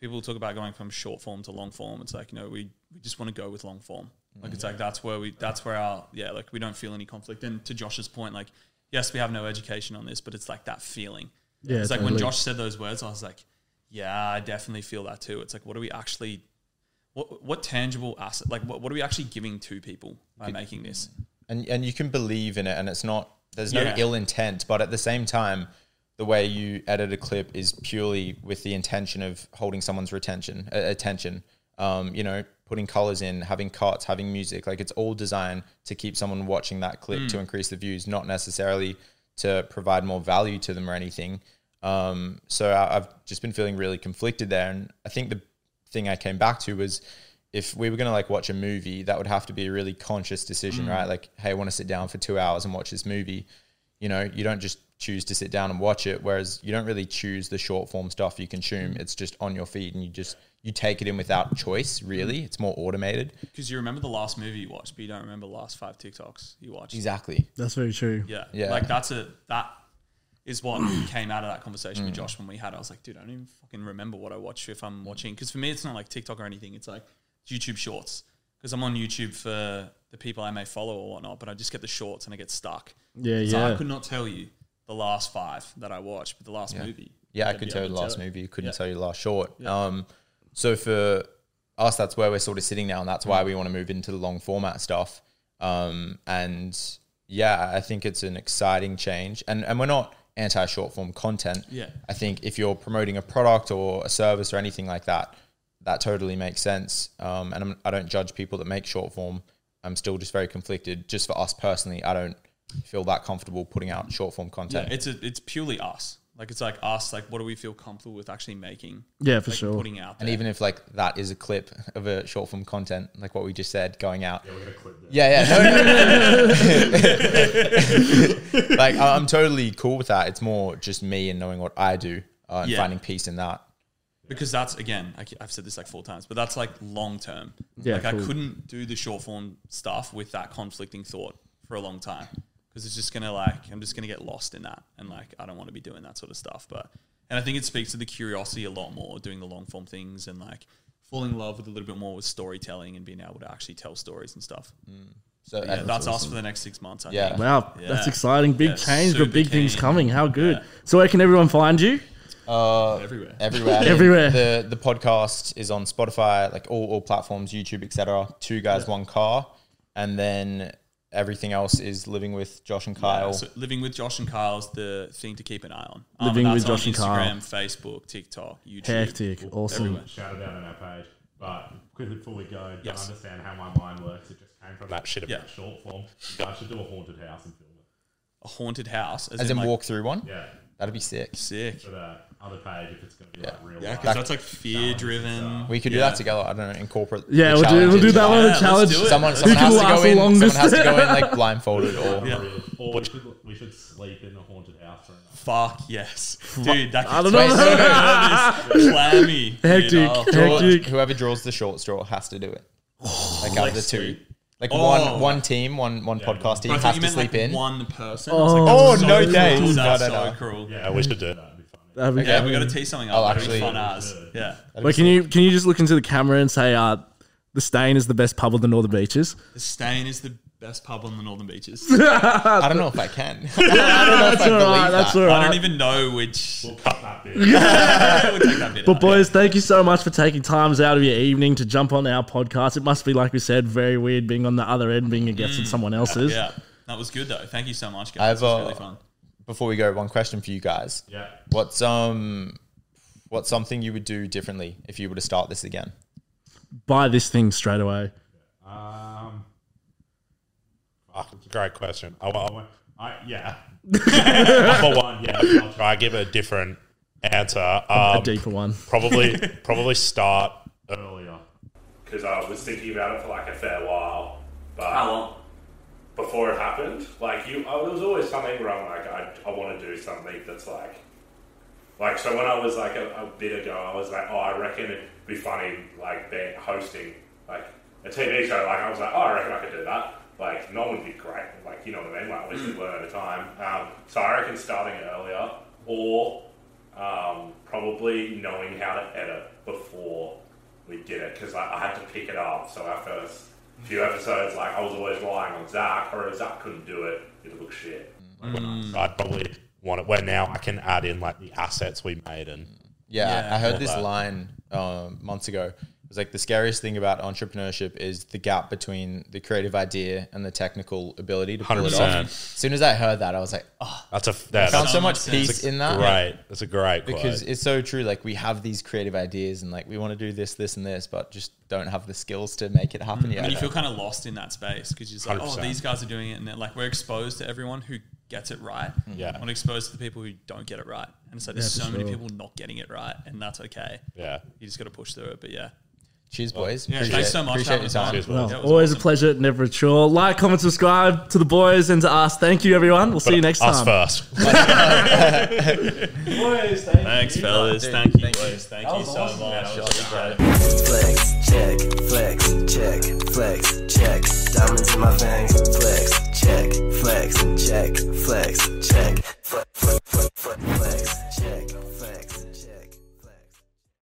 [SPEAKER 5] people talk about going from short form to long form. It's like you know we we just want to go with long form. Like it's like that's where we that's where our yeah like we don't feel any conflict. And to Josh's point, like yes, we have no education on this, but it's like that feeling.
[SPEAKER 4] Yeah,
[SPEAKER 5] it's like when
[SPEAKER 4] totally.
[SPEAKER 5] Josh said those words, I was like, yeah, I definitely feel that too. It's like what are we actually what what tangible asset like what, what are we actually giving to people by making this
[SPEAKER 6] and and you can believe in it and it's not there's no
[SPEAKER 5] Yeah.
[SPEAKER 6] ill intent but at the same time the way you edit a clip is purely with the intention of holding someone's retention uh, attention um, you know putting colors in having cuts having music like it's all designed to keep someone watching that clip to increase the views not necessarily to provide more value to them or anything um, so I, i've just been feeling really conflicted there and i think the thing I came back to was if we were going to like watch a movie, that would have to be a really conscious decision, right? Like, hey, I want to sit down for two hours and watch this movie. You know, you don't just choose to sit down and watch it. Whereas you don't really choose the short form stuff you consume. It's just on your feed and you just, you take it in without choice, really. It's more automated.
[SPEAKER 5] because you remember the last movie you watched but you don't remember the last five tiktoks you watched
[SPEAKER 6] Exactly.
[SPEAKER 4] That's very true.
[SPEAKER 5] yeah
[SPEAKER 6] Yeah.
[SPEAKER 5] like that's a that is
[SPEAKER 6] *clears throat*
[SPEAKER 5] what came out of that conversation
[SPEAKER 6] Mm.
[SPEAKER 5] with josh when we had it. i was like dude i don't even fucking remember what i watched if i'm watching because for me it's not like tiktok or anything it's like youtube shorts because i'm on youtube for the people i may follow or whatnot but i just get the shorts and i get stuck
[SPEAKER 4] Yeah,
[SPEAKER 5] so i
[SPEAKER 4] yeah.
[SPEAKER 5] could not tell you the last five that i watched but the last movie
[SPEAKER 6] Yeah, I
[SPEAKER 5] I'd
[SPEAKER 6] could
[SPEAKER 5] be
[SPEAKER 6] tell you
[SPEAKER 5] able
[SPEAKER 6] the
[SPEAKER 5] to
[SPEAKER 6] last
[SPEAKER 5] it.
[SPEAKER 6] movie. You couldn't tell you the last short. Um, so for us, that's where we're sort of sitting now, and that's why we want to move into the long format stuff. Um, and yeah, I think it's an exciting change, and and we're not anti short form content.
[SPEAKER 5] Yeah.
[SPEAKER 6] I think if you're promoting a product or a service or anything like that, that totally makes sense. Um, and I'm, I don't judge people that make short form. I'm still just very conflicted. Just for us personally, I don't feel that comfortable putting out short form
[SPEAKER 5] Yeah,
[SPEAKER 6] content.
[SPEAKER 5] it's a, it's purely us. Like it's like us. Like what do we feel comfortable with actually making?
[SPEAKER 4] Yeah, for
[SPEAKER 5] like,
[SPEAKER 4] sure.
[SPEAKER 5] Putting out.
[SPEAKER 6] And
[SPEAKER 5] there.
[SPEAKER 6] even if like that is a clip of a short form content, like what we just said, going out.
[SPEAKER 3] We're gonna clip that.
[SPEAKER 6] Yeah, yeah. No, no, *laughs* no. like I- I'm totally cool with that. It's more just me and knowing what I do uh, and
[SPEAKER 5] Yeah.
[SPEAKER 6] finding peace in that.
[SPEAKER 5] because that's again, I, have said this like four times, but that's like long term.
[SPEAKER 4] Yeah,
[SPEAKER 5] like
[SPEAKER 4] cool.
[SPEAKER 5] I couldn't do the short form stuff with that conflicting thought for a long time because it's just gonna like I'm just gonna get lost in that and like I don't want to be doing that sort of stuff. But and I think it speaks to the curiosity a lot more doing the long form things and like falling in love with a little bit more with storytelling and being able to actually tell stories and stuff.
[SPEAKER 6] So
[SPEAKER 5] Yeah, that's us
[SPEAKER 6] awesome.
[SPEAKER 5] for the next six months. I
[SPEAKER 6] Yeah.
[SPEAKER 5] think.
[SPEAKER 4] Wow, that's
[SPEAKER 5] Yeah.
[SPEAKER 4] exciting. Big
[SPEAKER 5] Yeah,
[SPEAKER 4] change, but
[SPEAKER 5] super
[SPEAKER 4] big things
[SPEAKER 5] keen.
[SPEAKER 4] coming. How good.
[SPEAKER 5] Yeah.
[SPEAKER 4] So where can everyone find you?
[SPEAKER 5] everywhere.
[SPEAKER 6] everywhere.
[SPEAKER 4] Everywhere.
[SPEAKER 6] The the podcast is on Spotify, like all, all platforms, YouTube, etc. Two guys, one car, and then everything else is living with Josh and Kyle.
[SPEAKER 5] So living with Josh and Kyle is the thing to keep an eye on. Um,
[SPEAKER 4] Living
[SPEAKER 5] that's
[SPEAKER 4] with Josh
[SPEAKER 5] on
[SPEAKER 4] and Kyle.
[SPEAKER 5] Instagram, Facebook, TikTok, YouTube.
[SPEAKER 4] Hectic. Awesome.
[SPEAKER 5] Everywhere.
[SPEAKER 3] Shout it out on our page. But quickly before we go, to
[SPEAKER 5] Yes.
[SPEAKER 3] understand how my mind works, it just came from that shit about
[SPEAKER 5] Yeah.
[SPEAKER 3] short form. You guys should do a haunted house and film it.
[SPEAKER 5] A haunted house, as,
[SPEAKER 6] As
[SPEAKER 5] in,
[SPEAKER 6] in
[SPEAKER 5] like,
[SPEAKER 6] walk through one,
[SPEAKER 3] Yeah.
[SPEAKER 6] that'd be sick.
[SPEAKER 5] sick.
[SPEAKER 3] For the other page, if it's going to be like real
[SPEAKER 5] Yeah,
[SPEAKER 3] life.
[SPEAKER 5] because that's like fear driven.
[SPEAKER 6] We could do
[SPEAKER 5] Yeah.
[SPEAKER 6] that together. I don't know. Incorporate. the
[SPEAKER 4] Yeah, we'll do, we'll
[SPEAKER 6] challenges.
[SPEAKER 4] do that one.
[SPEAKER 5] Yeah,
[SPEAKER 4] The
[SPEAKER 5] let's
[SPEAKER 4] challenge.
[SPEAKER 5] do it.
[SPEAKER 6] Someone,
[SPEAKER 5] Let's
[SPEAKER 6] someone
[SPEAKER 4] do it.
[SPEAKER 6] has
[SPEAKER 4] Who
[SPEAKER 6] to
[SPEAKER 4] can last
[SPEAKER 6] go
[SPEAKER 4] the
[SPEAKER 6] in. Someone
[SPEAKER 4] longest?
[SPEAKER 6] has to go in
[SPEAKER 4] *laughs*
[SPEAKER 6] like blindfolded or
[SPEAKER 3] Or real- Or we should, we should sleep in a haunted house for a night.
[SPEAKER 5] Fuck yes, dude. That
[SPEAKER 4] I
[SPEAKER 5] could
[SPEAKER 4] don't know.
[SPEAKER 6] Wait, so-
[SPEAKER 5] this
[SPEAKER 6] *laughs*
[SPEAKER 5] clammy. dude.
[SPEAKER 4] Hectic.
[SPEAKER 5] Oh,
[SPEAKER 6] Draw-
[SPEAKER 4] Hectic.
[SPEAKER 6] whoever draws the short straw has to do it. Like out of the two, like
[SPEAKER 5] Oh.
[SPEAKER 6] one one team, one one podcast team
[SPEAKER 5] I
[SPEAKER 6] has
[SPEAKER 5] thought you
[SPEAKER 6] to
[SPEAKER 5] meant
[SPEAKER 6] sleep
[SPEAKER 5] like
[SPEAKER 6] in.
[SPEAKER 5] one person.
[SPEAKER 4] Oh,
[SPEAKER 5] I was like, that's so
[SPEAKER 6] no
[SPEAKER 5] cool.
[SPEAKER 6] days.
[SPEAKER 5] That's
[SPEAKER 6] No, no,
[SPEAKER 5] so
[SPEAKER 6] no.
[SPEAKER 5] cool.
[SPEAKER 3] Yeah, we should do that. That'd be funny.
[SPEAKER 4] That'd be
[SPEAKER 5] Yeah,
[SPEAKER 4] good.
[SPEAKER 5] we got to tee something up.
[SPEAKER 6] I'll
[SPEAKER 5] That'd be
[SPEAKER 6] actually-
[SPEAKER 5] fun as. Yeah.
[SPEAKER 4] Wait, can you can you just look into the camera and say, uh, the stain is the best pub of the Northern Beaches?
[SPEAKER 5] The Stain is the best pub on the Northern
[SPEAKER 6] *laughs*
[SPEAKER 5] Beaches.
[SPEAKER 6] I don't know if I can. *laughs* I don't know if I
[SPEAKER 4] That's all right.
[SPEAKER 6] believe
[SPEAKER 4] That's
[SPEAKER 6] that.
[SPEAKER 4] all
[SPEAKER 5] I don't
[SPEAKER 4] right.
[SPEAKER 5] even know which. *laughs*
[SPEAKER 3] We'll cut that bit.
[SPEAKER 5] we'll take that bit
[SPEAKER 4] But
[SPEAKER 5] out.
[SPEAKER 4] boys, thank you so much for taking times out of your evening to jump on our podcast. It must be, like we said, very weird being on the other end, being a guest in someone else's.
[SPEAKER 5] yeah, that was good though. Thank you so much, guys.
[SPEAKER 6] I've,
[SPEAKER 5] It was
[SPEAKER 6] uh,
[SPEAKER 5] really fun.
[SPEAKER 6] Before we go, one question for you guys.
[SPEAKER 3] Yeah.
[SPEAKER 6] What's um, what's something you would do differently if you were to start this again?
[SPEAKER 4] Buy this thing straight away.
[SPEAKER 3] Um,
[SPEAKER 7] Fuck, it's a great question. I,
[SPEAKER 3] I,
[SPEAKER 7] I,
[SPEAKER 3] went- I,
[SPEAKER 7] *laughs*
[SPEAKER 3] yeah.
[SPEAKER 7] for one,
[SPEAKER 3] Yeah. I'll try.
[SPEAKER 7] I give a different
[SPEAKER 3] *laughs*
[SPEAKER 7] answer.
[SPEAKER 4] A
[SPEAKER 7] Um,
[SPEAKER 4] deeper one.
[SPEAKER 7] probably, probably start.
[SPEAKER 3] Earlier.
[SPEAKER 2] because I was thinking about it for like a fair while. But
[SPEAKER 1] How long?
[SPEAKER 2] before it happened, like you, I, there was always something wrong. Like I, I want to do something that's like, like so when I was like a, a bit ago, I was like, oh, I reckon it'd be funny like being hosting like a TV show. Like I was like, oh, I reckon I could do that. Like no one would be great. Like you know what I mean? Like we
[SPEAKER 1] Hmm.
[SPEAKER 2] could learn at a time. Um, so I reckon starting it earlier or um, probably knowing how to edit before we did it because like, I had to pick it up. So our first few episodes, like I was always relying on Zach, or if Zach couldn't do it, it'd look shit.
[SPEAKER 7] Mm. I'd probably want it where now I can add in like the assets we made and
[SPEAKER 6] Yeah,
[SPEAKER 5] Yeah.
[SPEAKER 6] I
[SPEAKER 7] All
[SPEAKER 6] heard this
[SPEAKER 7] that.
[SPEAKER 6] line um, months ago. It was like the scariest thing about entrepreneurship is the gap between the creative idea and the technical ability to pull it off.
[SPEAKER 7] 100%.
[SPEAKER 6] As soon as I heard that, I was like, oh,
[SPEAKER 7] That's a that's
[SPEAKER 6] found so
[SPEAKER 5] so
[SPEAKER 6] much
[SPEAKER 5] much sense.
[SPEAKER 6] peace in that.
[SPEAKER 7] great. That's a great
[SPEAKER 6] Because
[SPEAKER 7] quote.
[SPEAKER 6] it's so true. Like we have these creative ideas and like we want to do this, this, and this, but just don't have the skills to make it happen
[SPEAKER 5] And you
[SPEAKER 6] yet.
[SPEAKER 5] Mm. feel kind of lost in that space because you're just like, oh,
[SPEAKER 7] 100%.
[SPEAKER 5] these guys are doing it, and they're like we're exposed to everyone who gets it right.
[SPEAKER 7] Yeah.
[SPEAKER 5] we're not exposed to the people who don't get it right, and so there's
[SPEAKER 4] Yeah, for
[SPEAKER 5] so many
[SPEAKER 4] sure.
[SPEAKER 5] people not getting it right, and that's okay.
[SPEAKER 7] Yeah.
[SPEAKER 5] You just got to push through it. But yeah,
[SPEAKER 6] Cheers, boys.
[SPEAKER 5] yeah thanks so much.
[SPEAKER 6] Appreciate your
[SPEAKER 5] was
[SPEAKER 6] time.
[SPEAKER 5] fun.
[SPEAKER 7] Cheers, boys.
[SPEAKER 4] Well,
[SPEAKER 5] That was
[SPEAKER 4] always
[SPEAKER 5] awesome.
[SPEAKER 4] a pleasure, never a chore. Like, comment, subscribe to the boys and to us. Thank you, everyone. We'll see you next
[SPEAKER 7] Us
[SPEAKER 4] time.
[SPEAKER 7] first.
[SPEAKER 1] Boys, thank
[SPEAKER 5] Thanks,
[SPEAKER 1] you.
[SPEAKER 5] fellas.
[SPEAKER 6] Dude,
[SPEAKER 5] thank you,
[SPEAKER 6] thank you.
[SPEAKER 5] boys. Thank
[SPEAKER 1] That
[SPEAKER 5] you
[SPEAKER 1] was
[SPEAKER 5] so
[SPEAKER 1] awesome, man.
[SPEAKER 5] much.
[SPEAKER 1] That
[SPEAKER 5] That was great.
[SPEAKER 8] Flex, check, flex, check, flex, check. Diamonds in my veins. Flex, check, flex, check, flex, check.